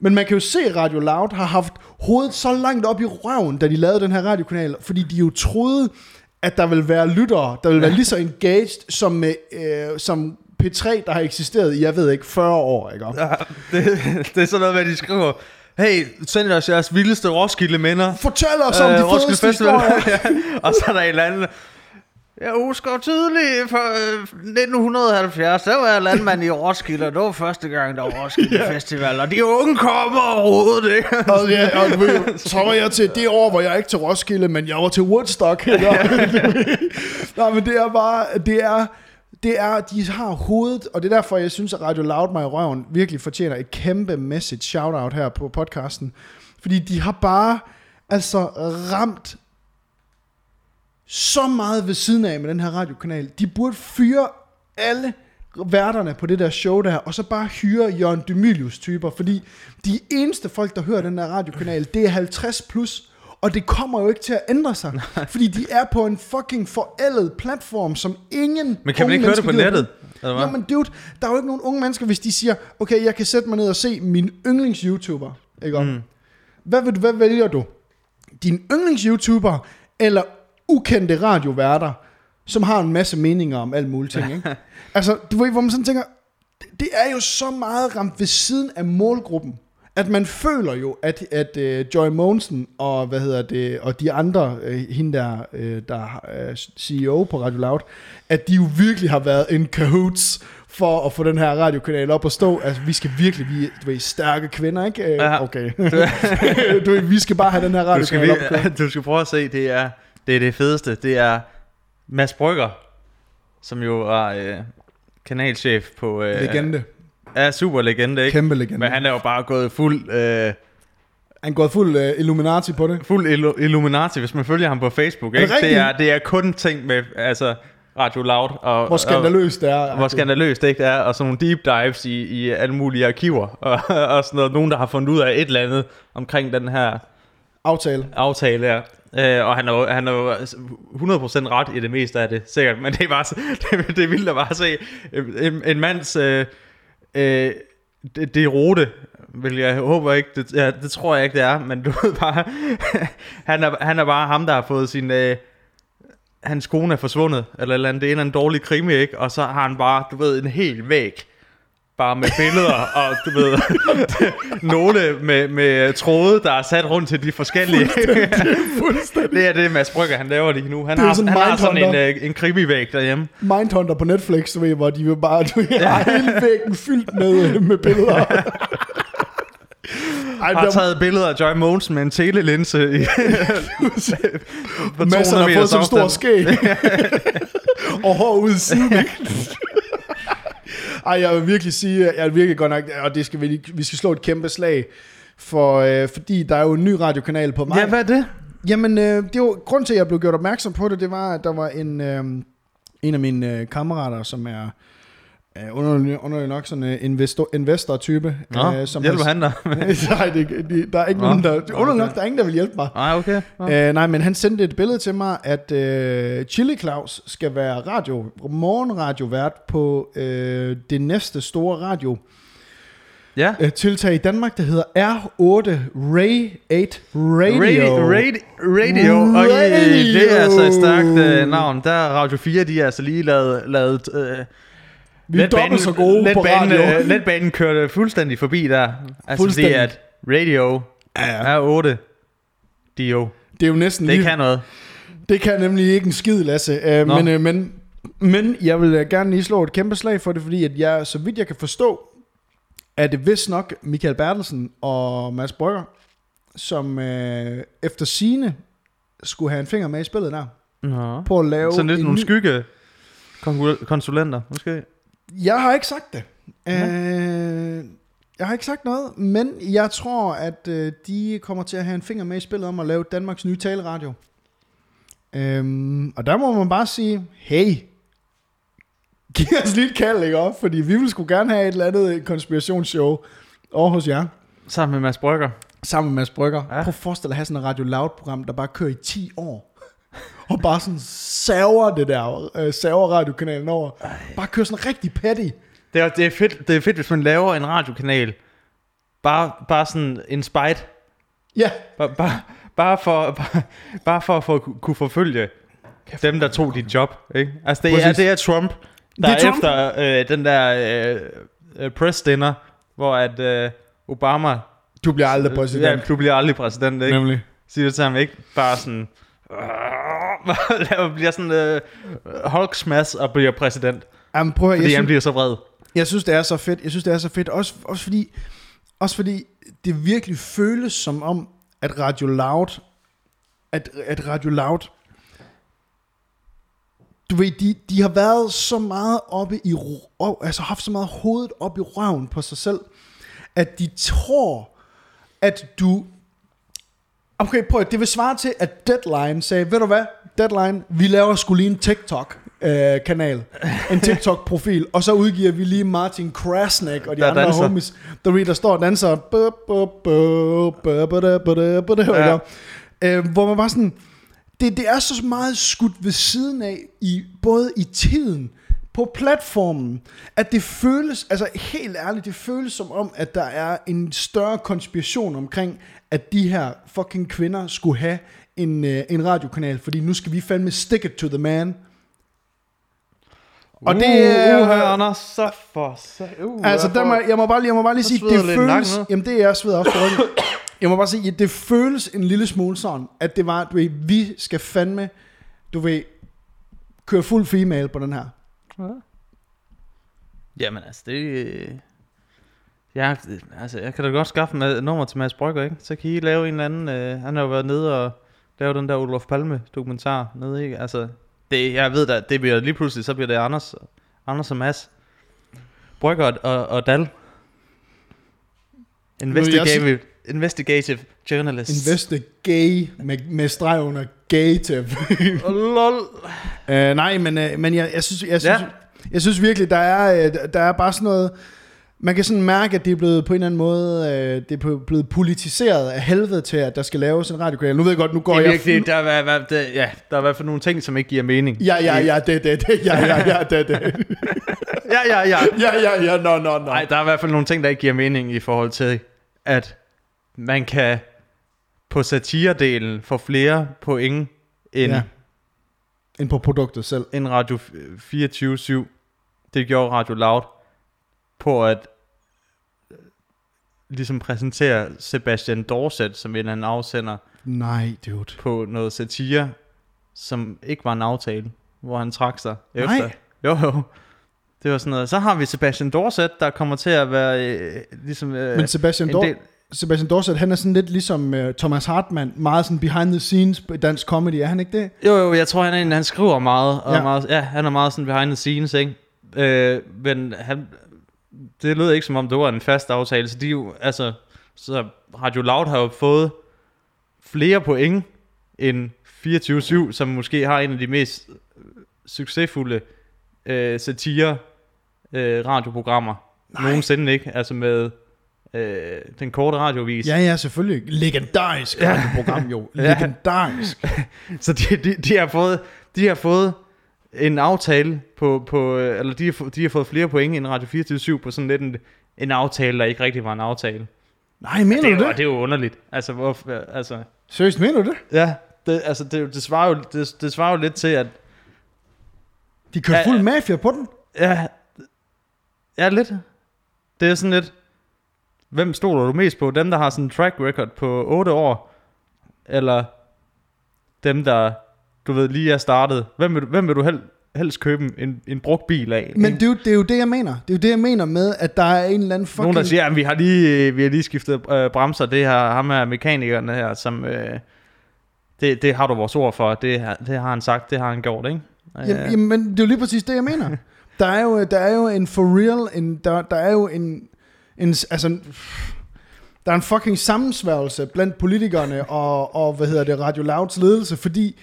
Speaker 3: Men man kan jo se, at Radio Loud har haft hovedet så langt op i røven, da de lavede den her radiokanal, fordi de jo troede, at der ville være lyttere, der ville være lige så engaged som, med, øh, som P3, der har eksisteret i, jeg ved ikke, 40 år, ikke?
Speaker 1: ja det, det er sådan noget, hvad de skriver. Hey, send os jeres vildeste Roskilde-minder.
Speaker 3: Fortæl os om øh, de fedeste historier.
Speaker 1: ja. Og så er der et eller andet... Jeg husker tydeligt fra øh, 1970, der var jeg landmand i Roskilde, og det var første gang, der var Roskilde Festival, og de unge kommer overhovedet, ikke?
Speaker 3: Og, ja, og, du ved, så var jeg til det år, hvor jeg ikke til Roskilde, men jeg var til Woodstock. Eller, Nej, men det er bare, det er, det er, de har hovedet, og det er derfor, jeg synes, at Radio Loud mig i røven virkelig fortjener et kæmpe message shout-out her på podcasten. Fordi de har bare, altså ramt så meget ved siden af med den her radiokanal. De burde fyre alle værterne på det der show der, og så bare hyre Jørgen Demilius typer, fordi de eneste folk, der hører den der radiokanal, det er 50 plus, og det kommer jo ikke til at ændre sig, fordi de er på en fucking forældet platform, som ingen
Speaker 1: Men kan man
Speaker 3: unge
Speaker 1: ikke høre det
Speaker 3: mennesker
Speaker 1: på
Speaker 3: gider-
Speaker 1: nettet? Eller hvad?
Speaker 3: Jo, men dude, der er jo ikke nogen unge mennesker, hvis de siger, okay, jeg kan sætte mig ned og se min yndlings-YouTuber, ikke mm. hvad, vil, du- hvad vælger du? Din yndlings-YouTuber eller ukendte radioværter, som har en masse meninger om alt muligt ting, ikke? altså, du ved, hvor man sådan tænker, det- det er jo så meget ramt ved siden af målgruppen, at man føler jo, at, at uh, Joy Monsen og, hvad hedder det, og de andre, uh, hende der, uh, der er CEO på Radio Loud, at de jo virkelig har været en cahoots for at få den her radiokanal op og stå. Altså, vi skal virkelig, vi, du ved, stærke kvinder, ikke? Øh,
Speaker 1: Ja.
Speaker 3: Okay. du ved, vi skal bare have den her
Speaker 1: Du skal,
Speaker 3: radiokanal op og køre.
Speaker 1: vi, du skal prøve at se, det er det, er det fedeste. Det er Mads Brygger, som jo er øh, kanalchef på... Øh,
Speaker 3: Legende.
Speaker 1: Er super legende, ikke?
Speaker 3: Kæmpe legende.
Speaker 1: Men han er jo bare gået fuld, øh,
Speaker 3: Han går fuld uh, Illuminati på det.
Speaker 1: fuld illu- Illuminati, hvis man følger ham på Facebook,
Speaker 3: det
Speaker 1: ikke? Det
Speaker 3: rigtigt?
Speaker 1: er, det er kun ting med altså, Radio Loud og...
Speaker 3: Hvor skandaløst det er. altså,
Speaker 1: Og, hvor skandaløst det ikke er, og sådan nogle deep dives i, i alle mulige arkiver, og, og sådan noget. Nogen, der har fundet ud af et eller andet omkring den her
Speaker 3: Aftale.
Speaker 1: aftale her. Øh, og han har jo- han har jo 100% ret i det meste af det, sikkert. Men det er, bare, så- det, det er vildt at bare se en, en mands... Øh, øh, det, det er rote, vil jeg håber ikke. Det, ja, det tror jeg ikke, det er. Men du ved bare... han, er, han er bare ham, der har fået sin... Øh, hans kone er forsvundet, eller, et eller andet. det er en eller anden dårlig krimi, ikke? Og så har han bare, du ved, en hel væg bare med billeder, og du ved, nogle med, med tråde, der er sat rundt til de forskellige. det er det, Mads Brygger, han laver lige nu. Han
Speaker 3: Det er
Speaker 1: har,
Speaker 3: sådan
Speaker 1: sådan, han har sådan en,
Speaker 3: Mindhunter.
Speaker 1: øh, en krimivæg derhjemme.
Speaker 3: Mindhunter på Netflix, du ved, hvor de vil bare du ved, har hele væggen fyldt med, øh, med billeder. Ej,
Speaker 1: Har
Speaker 3: der,
Speaker 1: taget billeder af Joy Monsen med en telelinse i på 200
Speaker 3: masser har fået
Speaker 1: meters
Speaker 3: sådan en stor
Speaker 1: afstand.
Speaker 3: skæg. og hår ud i siden. ikke? Ej, jeg vil virkelig sige, øh, jeg vil virkelig godt nok, og det skal vi, lige- vi skal slå et kæmpe slag, for, øh, fordi der er jo en ny radiokanal på mig.
Speaker 1: Ja, hvad er det?
Speaker 3: Jamen, øh, det var grund til, at jeg blev gjort opmærksom på det, det var, at der var en, øh, en af mine øh, kammerater, som er øh, underlig, underlig nok sådan en øh, investor, investor-type.
Speaker 1: Nå, øh,
Speaker 3: som
Speaker 1: hjælper han dig?
Speaker 3: Nej, det, det, der er ikke
Speaker 1: Nå,
Speaker 3: nogen, der... Det er underligt
Speaker 1: okay.
Speaker 3: nok, der er ingen, der vil hjælpe mig.
Speaker 1: Nej, okay. Nå.
Speaker 3: Øh, nej, men han sendte et billede til mig, at øh, Chili Claus skal være radio, morgenradiovært på øh, det næste store radio
Speaker 1: Ja.
Speaker 3: øh, tiltag i Danmark, der hedder R8 Ray 8 Radio.
Speaker 1: Radio. Radio. radio. Og det er altså et stærkt øh, navn. Der er Radio 4, de er altså lige lavet... lavet øh,
Speaker 3: Vi er dobbelt så gode på
Speaker 1: letbanen,
Speaker 3: radio.
Speaker 1: øh, letbanen kørte fuldstændig forbi der. Altså
Speaker 3: Fuldstændig.
Speaker 1: fuldstændig. det er, at radio
Speaker 3: Ja,
Speaker 1: er 8 Dio.
Speaker 3: det er jo næsten
Speaker 1: Det
Speaker 3: lige,
Speaker 1: kan noget.
Speaker 3: det kan nemlig ikke en skid, Lasse. Uh,
Speaker 1: Nå.
Speaker 3: men, uh, men, men jeg vil øh, gerne lige slå et kæmpe slag for det, fordi at jeg, så vidt jeg kan forstå, er det vist nok Michael Bertelsen og Mads Brygger, som øh, efter sine skulle have en finger med i spillet der,
Speaker 1: Nå.
Speaker 3: på at lave
Speaker 1: Sådan lidt
Speaker 3: en
Speaker 1: nogle
Speaker 3: ny-
Speaker 1: skygge kongu- konsulenter, måske.
Speaker 3: Jeg har ikke sagt det. Øh, jeg har ikke sagt noget, men jeg tror, at øh, de kommer til at have en finger med i spillet om at lave Danmarks nye taleradio. Øhm, og der må man bare sige, hey, Giv os lige et kald, ikke op? Fordi vi vil sgu gerne have et eller andet konspirationsshow over hos jer.
Speaker 1: Sammen med Mads Brygger.
Speaker 3: Sammen med Mads Brygger. Ja.
Speaker 1: Ja.
Speaker 3: Prøv at forestille dig at have sådan et Radio Loud-program, der bare kører i 10 år. og bare sådan saver det der, øh, saver radiokanalen over. Bare kører sådan rigtig petty.
Speaker 1: Det er, det, er fedt, det er fedt, hvis man laver en radiokanal. Bare, bare sådan en spite.
Speaker 3: Ja,
Speaker 1: Bare, bare, bare, for, bare, bare for at få, kunne forfølge dem, der tog dit job. Ikke? Altså, det er,
Speaker 3: Præcis.
Speaker 1: det er Trump, der
Speaker 3: Det er
Speaker 1: det er
Speaker 3: Trump.
Speaker 1: efter øh, den der øh, øh, press dinner, hvor at øh, Obama... øh,
Speaker 3: du bliver aldrig præsident.
Speaker 1: Ja, du bliver aldrig præsident, ikke?
Speaker 3: Nemlig.
Speaker 1: Siger det til ham, ikke? Bare sådan... Øh, bliver sådan øh, Hulk smash og bliver præsident,
Speaker 3: Jamen, prøv at, høre,
Speaker 1: fordi
Speaker 3: jeg,
Speaker 1: han
Speaker 3: synes,
Speaker 1: bliver så vred.
Speaker 3: jeg synes, det er så fedt. Jeg synes, det er så fedt. Også, også, fordi, også fordi det virkelig føles som om, at Radio Loud, at, at Radio Loud, du ved, de, de har været så meget oppe i, røv- altså haft så meget hovedet op i røven på sig selv, at de tror, at du... Okay, prøv at, det vil svare til, at Deadline sagde, ved du hvad, Deadline, vi laver sgu lige en TikTok-kanal, en TikTok-profil, og så udgiver vi lige Martin Krasnick og de
Speaker 1: Der
Speaker 3: andre
Speaker 1: danser.
Speaker 3: homies, der, ved, der står og danser, bu, bu, bu, bu, bu, da, bu, da, bu, da,
Speaker 1: Ja.
Speaker 3: ikke? øh, hvor man bare sådan, det, det er så meget skudt ved siden af, i, både i tiden, på platformen, at det føles, altså helt ærligt, det føles som om, at der er en større konspiration omkring, at de her fucking kvinder skulle have en, øh, en radiokanal, fordi nu skal vi fandme stick it to the man. Og det er-
Speaker 1: Uh, uh, Anders, så for... Så, uh,
Speaker 3: Altså, der må, jeg må bare lige, jeg må bare lige
Speaker 1: Så
Speaker 3: sige,
Speaker 1: sveder
Speaker 3: det
Speaker 1: det lidt i nakken,
Speaker 3: føles...
Speaker 1: hva'?
Speaker 3: Jamen, det er jeg sveder også på ryggen. Jeg må bare sige, at det føles en lille smule sådan, at det var, du ved, vi skal fandme, du ved, køre fuld female på den her.
Speaker 1: Jamen altså, det... øh, Ja, altså, jeg kan da godt skaffe med nummer til Mads Brygger, ikke? Så kan I lave en eller anden... Øh, han har jo været nede og lave den der Olof Palme-dokumentar nede, ikke? Altså, det, jeg ved da, det bliver lige pludselig, så bliver det Anders, Anders og Mads. Brygger og, og, og Dal. Investigative, investigative journalist.
Speaker 3: Investigay med, med streg under gative.
Speaker 1: oh, lol.
Speaker 3: uh, nej, men, uh, men jeg, jeg, synes, jeg, synes,
Speaker 1: Ja.
Speaker 3: jeg synes virkelig, der er, øh, der er bare sådan noget... Man kan sådan mærke, at det er blevet på en eller anden måde øh, det er på- blevet politiseret af helvede til, at der skal laves en radiokanal. Nu ved jeg godt, nu går
Speaker 1: Det er
Speaker 3: jeg...
Speaker 1: virkelig, der er, der, der, ja, der er i hvert fald nogle ting, som ikke giver mening.
Speaker 3: Ja, ja, ja, det, det, det, ja, ja, ja, det, det.
Speaker 1: ja, ja. ja.
Speaker 3: Ja, ja, ja, no, no, no.
Speaker 1: Nej, der er i hvert fald nogle ting, der ikke giver mening i forhold til, at man kan på satiredelen få flere point end,
Speaker 3: Ja.
Speaker 1: ja.
Speaker 3: Ind på produktet selv.
Speaker 1: end Radio 24-7. Det gjorde Radio Loud på at øh, ligesom præsentere Sebastian Dorset som en eller anden afsender
Speaker 3: Nej, dude.
Speaker 1: på noget satire, som ikke var en aftale, hvor han trak sig efter.
Speaker 3: Nej.
Speaker 1: Jo, jo. Det var sådan noget. Så har vi Sebastian Dorset, der kommer til at være øh, ligesom... Øh,
Speaker 3: Men Sebastian,
Speaker 1: en
Speaker 3: Dor-
Speaker 1: del-
Speaker 3: Sebastian Dorset, han er sådan lidt ligesom uh, Thomas Hartmann, meget sådan behind the scenes på dansk comedy, er han ikke det?
Speaker 1: Jo, jo, jeg tror, han er en, han skriver meget, og
Speaker 3: Ja.
Speaker 1: ja. meget, ja, han er meget sådan behind the scenes, ikke? Øh, men han, det lød ikke som om, det var en fast aftale, så de er jo, altså, så Radio Loud har jo fået flere point end 24-7, som måske har en af de mest øh, succesfulde øh, satire øh, radioprogrammer Nej. nogensinde, ikke? Altså med øh, den korte radiovis.
Speaker 3: Ja, ja, selvfølgelig. Legendarisk ja. program, jo. Legendarisk.
Speaker 1: Så de, de, de, har fået, de har fået en aftale på, på øh, eller de har, få- de har fået flere point end Radio 24 på sådan lidt en, en aftale, der ikke rigtig var en aftale.
Speaker 3: Nej, mener
Speaker 1: Det er,
Speaker 3: du
Speaker 1: jo, det
Speaker 3: det?
Speaker 1: er jo underligt. Altså, hvor, altså,
Speaker 3: Seriøst, mener du det?
Speaker 1: ja, det, altså, det, er jo- det, svarer jo, det, det svarer jo lidt til, at
Speaker 3: De kørte
Speaker 1: Ja,
Speaker 3: fuld
Speaker 1: ja.
Speaker 3: mafia på den.
Speaker 1: Ja, ja lidt. Det er sådan lidt, hvem stoler du mest på? Dem, der har sådan en track record på 8 år, eller dem, der, du ved, lige er startet. Hvem vil, du- hvem vil du hel, helst købe en, en brugt bil af?
Speaker 3: Men det er, jo, det er jo det, jeg mener. Det er jo det, jeg mener med, at der er en eller anden fucking...
Speaker 1: Nogen, der siger, at vi har lige, vi har lige skiftet øh, bremser, det her, ham her mekanikerne her, som, øh, det, det har du vores ord for, det, har- det har han sagt, det har han gjort, ikke? Øh,
Speaker 3: Jamen, jamen, men det er jo lige præcis det, jeg mener. Der er jo, der er jo en for real, en, der, der er jo en, en, altså, der er en fucking sammensværgelse blandt politikerne og, og hvad hedder det, Radio Louds ledelse, fordi,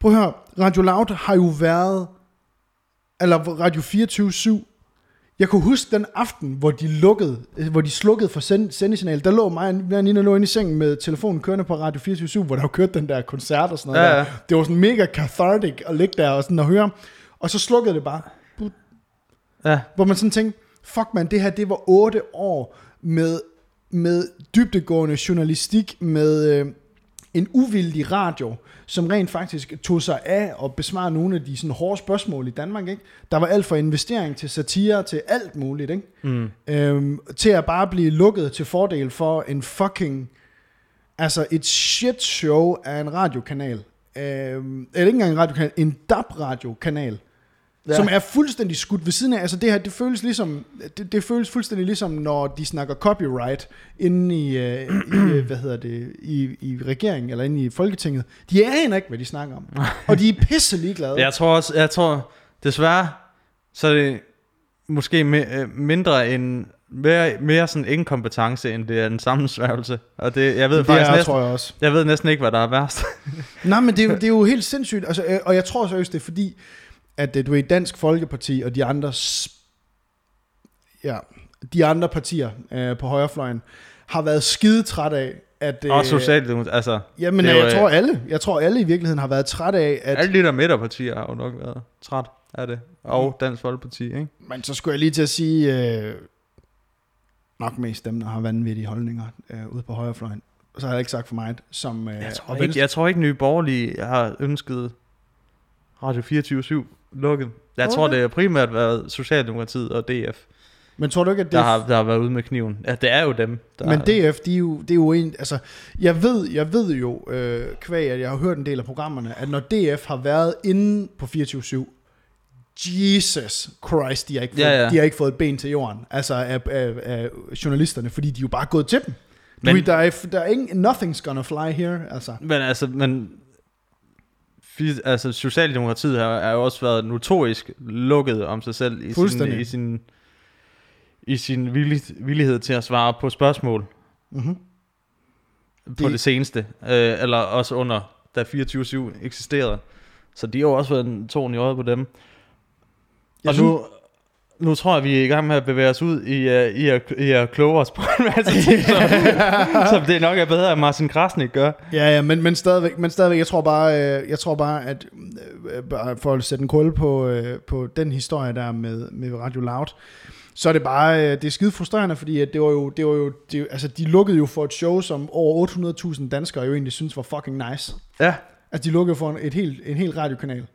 Speaker 3: prøv at høre, Radio Loud har jo været eller Radio 24 Jeg kunne huske den aften, hvor de lukkede, øh, hvor de slukkede for send, sendesignal, der lå mig og mig og Nina lå inde i sengen med telefonen kørende på Radio 24 hvor der jo kørte den der koncert og sådan noget.
Speaker 1: Ja, ja.
Speaker 3: Der. Det var sådan mega cathartic at ligge der og sådan at høre. Og så slukkede det bare. But.
Speaker 1: Ja.
Speaker 3: Hvor man sådan tænkte, fuck man, det her det var otte år med, med dybdegående journalistik, med øh, en uvildig radio, som rent faktisk tog sig af og besvarede nogle af de sådan, hårde spørgsmål i Danmark. Ikke? Der var alt fra investering til satire til alt muligt. Ikke? Mm. Øhm, til at bare blive lukket til fordel for en fucking... Altså et shit show af en radiokanal. Øhm, eller ikke engang en radiokanal, en DAB-radiokanal. Ja. Som er fuldstændig skudt ved siden af. Altså det her, det føles ligesom, det, det føles fuldstændig ligesom, når de snakker copyright inde i, øh, i øh, hvad hedder det, i, i regeringen eller inde i Folketinget. De aner ikke, hvad de snakker om. Og de er pisse ligeglade.
Speaker 1: Jeg tror også, jeg tror, desværre, så er det måske me- øh, mindre end, mere, mere sådan inkompetence, end det er en sammensværgelse. Og det, jeg ved
Speaker 3: det
Speaker 1: faktisk
Speaker 3: er,
Speaker 1: næsten,
Speaker 3: tror jeg også.
Speaker 1: jeg ved næsten ikke, hvad der er værst.
Speaker 3: Nej, men det, er jo- det er jo helt sindssygt. Altså, øh, og jeg tror seriøst, det er fordi, at øh, du ved, Dansk Folkeparti og de andre, s- ja, de andre partier øh, på højrefløjen, har været skide træt af, at... øh,
Speaker 1: og socialdemokrati, altså,
Speaker 3: Jamen,
Speaker 1: Det er
Speaker 3: jeg,
Speaker 1: jo,
Speaker 3: jeg
Speaker 1: øh,
Speaker 3: tror alle. Jeg tror alle i virkeligheden har været træt af, at...
Speaker 1: alle de der midterpartier har jo nok været træt af det.
Speaker 3: Mm.
Speaker 1: Og Dansk Folkeparti, ikke?
Speaker 3: Men så skulle jeg lige til at sige... Øh, nok mest dem, der har vanvittige holdninger øh, ude på højrefløjen. Så har jeg ikke sagt for meget, som... Øh,
Speaker 1: Jeg tror,
Speaker 3: og
Speaker 1: ikke,
Speaker 3: venstre-
Speaker 1: jeg tror ikke, Nye Borgerlige har ønsket Radio 24 lukket. Jeg tror,
Speaker 3: Okay.
Speaker 1: det har primært været Socialdemokratiet og DF,
Speaker 3: Men tror du ikke, at det
Speaker 1: der har, der har været ude med kniven. Ja, det er jo dem. Der
Speaker 3: Men DF, de er jo, det er jo en, altså, jeg ved, jeg ved jo, øh, kvæg, at jeg har hørt en del af programmerne, at når DF har været inde på 24-7, Jesus Christ, de har ikke fået,
Speaker 1: Ja,
Speaker 3: ja,
Speaker 1: ja.
Speaker 3: ja. De har ikke fået et ben til jorden, altså af, af, af journalisterne, fordi de er jo bare gået til dem.
Speaker 1: Men-
Speaker 3: Men, du, ved, der er, der er ingen, nothing's gonna fly here, altså.
Speaker 1: Men altså, men, fi- altså Socialdemokratiet har, har jo også været notorisk lukket om sig selv i sin,
Speaker 3: Fuldstændig.
Speaker 1: i sin, i sin villig, villighed til at svare på spørgsmål
Speaker 3: Mm-hmm.
Speaker 1: på det,
Speaker 3: Det-
Speaker 1: det seneste. Øh, eller også under, da 24-7 eksisterede. Så de har jo også været en tårn i øjet på dem.
Speaker 3: Jeg
Speaker 1: og nu, nu tror jeg, vi er i gang med at bevæge os ud i, uh, i, at, i at kloge os på en masse ting, som, som det nok er bedre, at Martin Krasnik gør.
Speaker 3: Ja, ja, men, men, stadigvæk, men stadigvæk, jeg tror bare, øh, jeg tror bare at øh, bare for at sætte en kulde på, øh, på den historie der med, med Radio Loud, så er det bare, øh, det er skide frustrerende, fordi at det var jo, det var jo det, altså de lukkede jo for et show, som over 800.000 danskere jo egentlig synes var fucking nice.
Speaker 1: Ja.
Speaker 3: Altså de lukkede for en, et helt, en helt radiokanal.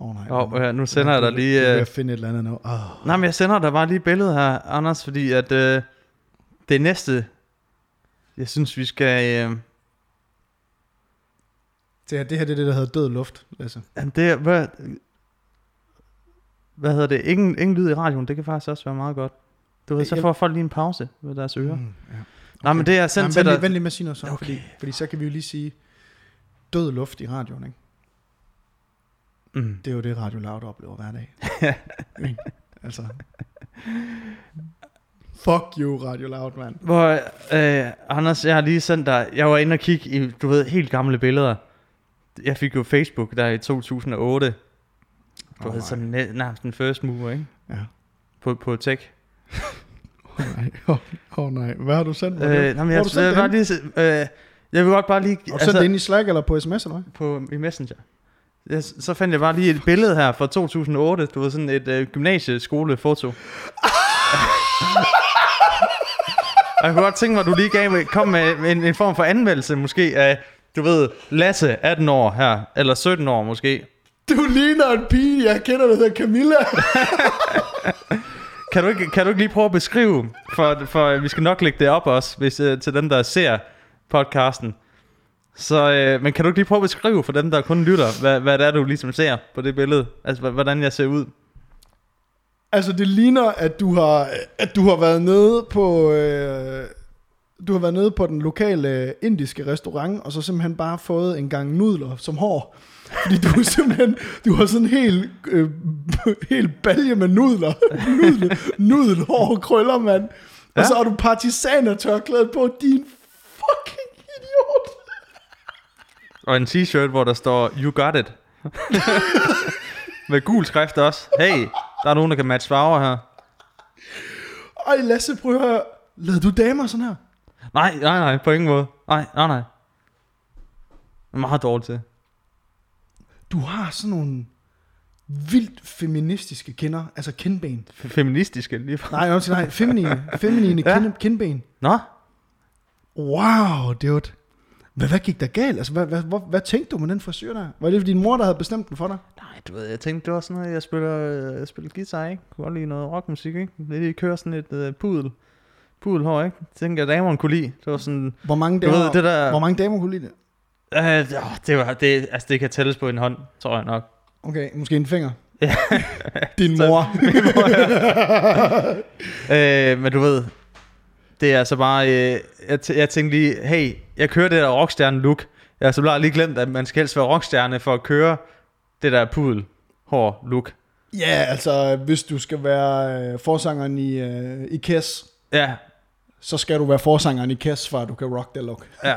Speaker 3: Åh oh, nej.
Speaker 1: Og, øh, nu sender jeg dig lige...
Speaker 3: Jeg
Speaker 1: øh,
Speaker 3: vil finde et eller andet nu. Oh.
Speaker 1: Nej, men jeg sender dig bare lige et billede her, Anders, fordi at øh, det næste, jeg synes, vi skal... Øh,
Speaker 3: Det, her, det her det er det, der hedder død luft. Altså.
Speaker 1: jamen, det er, hvad, hvad hedder det? Ingen, ingen lyd i radioen, det kan faktisk også være meget godt. Du ved, så
Speaker 3: Jeg-
Speaker 1: får folk lige en pause ved deres ører. Mm,
Speaker 3: ja.
Speaker 1: Nej, men det er
Speaker 3: Nej,
Speaker 1: sendt
Speaker 3: men
Speaker 1: til
Speaker 3: vent, lige,
Speaker 1: dig.
Speaker 3: vent lige med at sige noget så, okay. fordi, fordi så kan vi jo lige sige død luft i radioen, ikke?
Speaker 1: Mm.
Speaker 3: Det er jo det, Radio Loud oplever hver dag. Ikke? altså. Fuck you, Radio Loud, mand.
Speaker 1: Hvor, øh, Anders, jeg har lige sendt dig, jeg var inde og kigge i, du ved, helt gamle billeder. Jeg fik jo Facebook der i 2008. Du
Speaker 3: Åh,
Speaker 1: oh, havde
Speaker 3: nej.
Speaker 1: sådan næ- nærmest en first mover, ikke?
Speaker 3: Ja.
Speaker 1: På, på tech.
Speaker 3: Åh oh, nej. Åh oh, oh, nej. Hvad har du sendt mig?
Speaker 1: Øh, nej, men jeg,
Speaker 3: har du
Speaker 1: jeg,
Speaker 3: sendt
Speaker 1: vil
Speaker 3: det
Speaker 1: bare
Speaker 3: henne?
Speaker 1: lige, se- øh, jeg vil godt bare lige... altså,
Speaker 3: Har du sendt det ind i Slack eller på sms eller hvad?
Speaker 1: på, i Messenger. Jeg, så fandt jeg bare lige et billede her fra 2008. Du var sådan et øh, gymnasieskolefoto. Og jeg kunne godt tænke mig, at du lige gav, med- kom med en, en form for anmeldelse måske af, du ved, Lasse, 18 år her, eller 17 år måske.
Speaker 3: Du ligner en pige, jeg kender, der hedder Camilla.
Speaker 1: Kan du ikke, kan du ikke lige prøve at beskrive, for, for vi skal nok lægge det op også, hvis, øh, til dem, der ser podcasten. Så, øh, men kan du ikke lige prøve at beskrive for dem, der kun lytter, hvad, hvad det er, du ligesom ser på det billede? Altså, hva- hvordan jeg ser ud?
Speaker 3: altså, det ligner, at du har, at du har været nede på... Øh, du har været nede på den lokale øh, indiske restaurant, og så simpelthen bare fået en gang nudler som hår. Fordi du er simpelthen, du har sådan en hel, øh, hel balje med nudler. Nudel, nudelhår og krøller, mand. Og så har du partisanertørklædet på, din fucking idiot.
Speaker 1: Og en t-shirt, hvor der står, you got it. Med gul skrift også. Hey, der er nogen, der kan matche farver her.
Speaker 3: Ej, Lasse, prøv at høre. Lad du damer sådan her?
Speaker 1: Nej, nej, nej, på ingen måde. Nej, nej, nej. Jeg er Meget dårlig til.
Speaker 3: Du har sådan nogle vildt feministiske kinder, altså kindben.
Speaker 1: F- Feministiske lige fra.
Speaker 3: Nej, undskyld, nej, feminine, feminine
Speaker 1: Ja.
Speaker 3: ja. kind, kindben.
Speaker 1: Nå,
Speaker 3: Wow, dude. Hvad, hvad gik der galt? Altså, hvad, hvad, hvor, hvad tænkte du med den frisyr der? Var det din mor, der havde bestemt den for dig?
Speaker 1: Nej, du ved, jeg tænkte, det var sådan noget, jeg spiller, øh, jeg spiller guitar, ikke? Kunne godt lide noget rockmusik, ikke? Det lige kører sådan et øh, pudel, pudelhår, ikke? Det tænkte jeg, damerne kunne lide. Det var sådan,
Speaker 3: Hvor mange
Speaker 1: Du
Speaker 3: damer,
Speaker 1: ved, det der-
Speaker 3: hvor mange damer kunne lide det?
Speaker 1: øh, åh, det var, det, altså det kan tælles på en hånd, tror jeg nok.
Speaker 3: Okay, måske en finger.
Speaker 1: Ja.
Speaker 3: din mor.
Speaker 1: Øh, men du ved, det er altså bare, øh, jeg, tæ- jeg tænkte lige, hey, jeg kører det der rockstjerne look. Jeg har så bare lige glemt, at man skal helst være rockstjerne for at køre det der pudelhår look.
Speaker 3: ja, altså, hvis du skal være øh, forsangeren i, øh, i KES,
Speaker 1: Ja,
Speaker 3: så skal du være forsangeren i KES, for at du kan rock det look.
Speaker 1: ja, ja,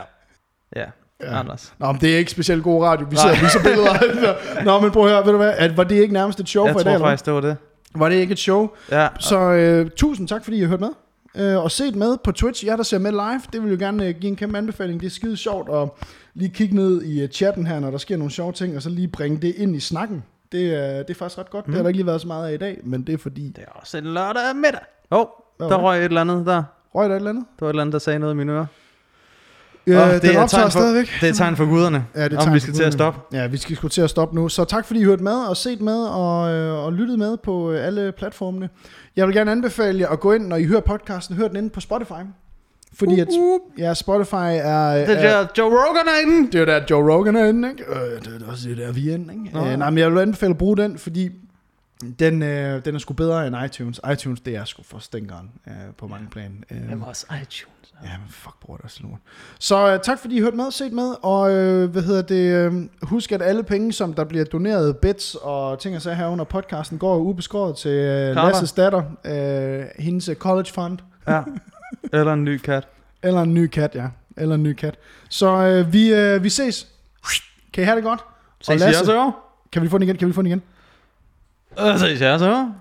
Speaker 3: Ja.
Speaker 1: ja. Anders.
Speaker 3: Nå, men det er ikke specielt god radio, vi
Speaker 1: Nej.
Speaker 3: sidder og viser billeder. af det der. Nå, men prøv at høre, ved du hvad, at, var det ikke nærmest et show
Speaker 1: Jeg
Speaker 3: for i dag?
Speaker 1: tror
Speaker 3: eller
Speaker 1: faktisk, det var det.
Speaker 3: hvad? Var det ikke et show?
Speaker 1: Ja,
Speaker 3: Så øh, tusind tak, fordi I har hørt med. Øh, og set med på Twitch. Jer, der ser med live, det vil jeg gerne øh, give en kæmpe anbefaling. Det er skide sjovt at lige kigge ned i øh, chatten her, når der sker nogle sjove ting, og så lige bringe det ind i snakken. Det, øh, det er faktisk ret godt. Mm. Det har der ikke lige været så meget af i dag, men det er fordi...
Speaker 1: Det er også en lørdag middag. Åh, oh,
Speaker 3: Hvad
Speaker 1: der
Speaker 3: var det?
Speaker 1: røg et eller andet der.
Speaker 3: Røg der et eller andet?
Speaker 1: Der var et eller andet, der sagde noget i mine ører.
Speaker 3: Øh,
Speaker 1: Åh,
Speaker 3: oh, det den
Speaker 1: et
Speaker 3: optager
Speaker 1: tegn for,
Speaker 3: stadigvæk.
Speaker 1: Det er et tegn for guderne,
Speaker 3: Ja, det er
Speaker 1: om
Speaker 3: tegn
Speaker 1: vi
Speaker 3: for
Speaker 1: skal til at
Speaker 3: guderne.
Speaker 1: stoppe.
Speaker 3: Ja, vi skal sgu til at stoppe nu. Så tak fordi I hørte med og set med og, øh, og lyttet med på øh, alle platformene. Jeg vil gerne anbefale jer at gå ind, når I hører podcasten, hør den inde på Spotify. Fordi at ja, Spotify er... øh,
Speaker 1: Det
Speaker 3: er-
Speaker 1: er Joe Rogan er inde.
Speaker 3: det er jo der, Joe Rogan er inde, ikke? Øh, det er også det der, vi er inde, ikke?
Speaker 1: Nå.
Speaker 3: Øh, nej, men jeg vil anbefale at bruge den, fordi den, øh, den er sgu bedre end iTunes. iTunes, det er sgu for stinkeren øh, på mange plan. Øh,
Speaker 1: Jamen også iTunes.
Speaker 3: ja, men fuck, bruger det også lort. Så øh, tak, fordi I hørte med, set med, og øh, hvad hedder det, øh, husk, at alle penge, som der bliver doneret, bits og ting og sager her under podcasten, går ubeskåret til øh,
Speaker 1: Carter.
Speaker 3: Lasses datter, øh, hendes øh, college fund,
Speaker 1: Ja. Eller en ny kat.
Speaker 3: eller en ny kat, ja, eller en ny kat. Så øh, vi, øh, vi ses. Kan I have det godt?
Speaker 1: Ses I
Speaker 3: Lasse-
Speaker 1: også i år?
Speaker 3: Kan vi få den igen? Kan vi få den igen?
Speaker 1: Øh, Ses I også i år?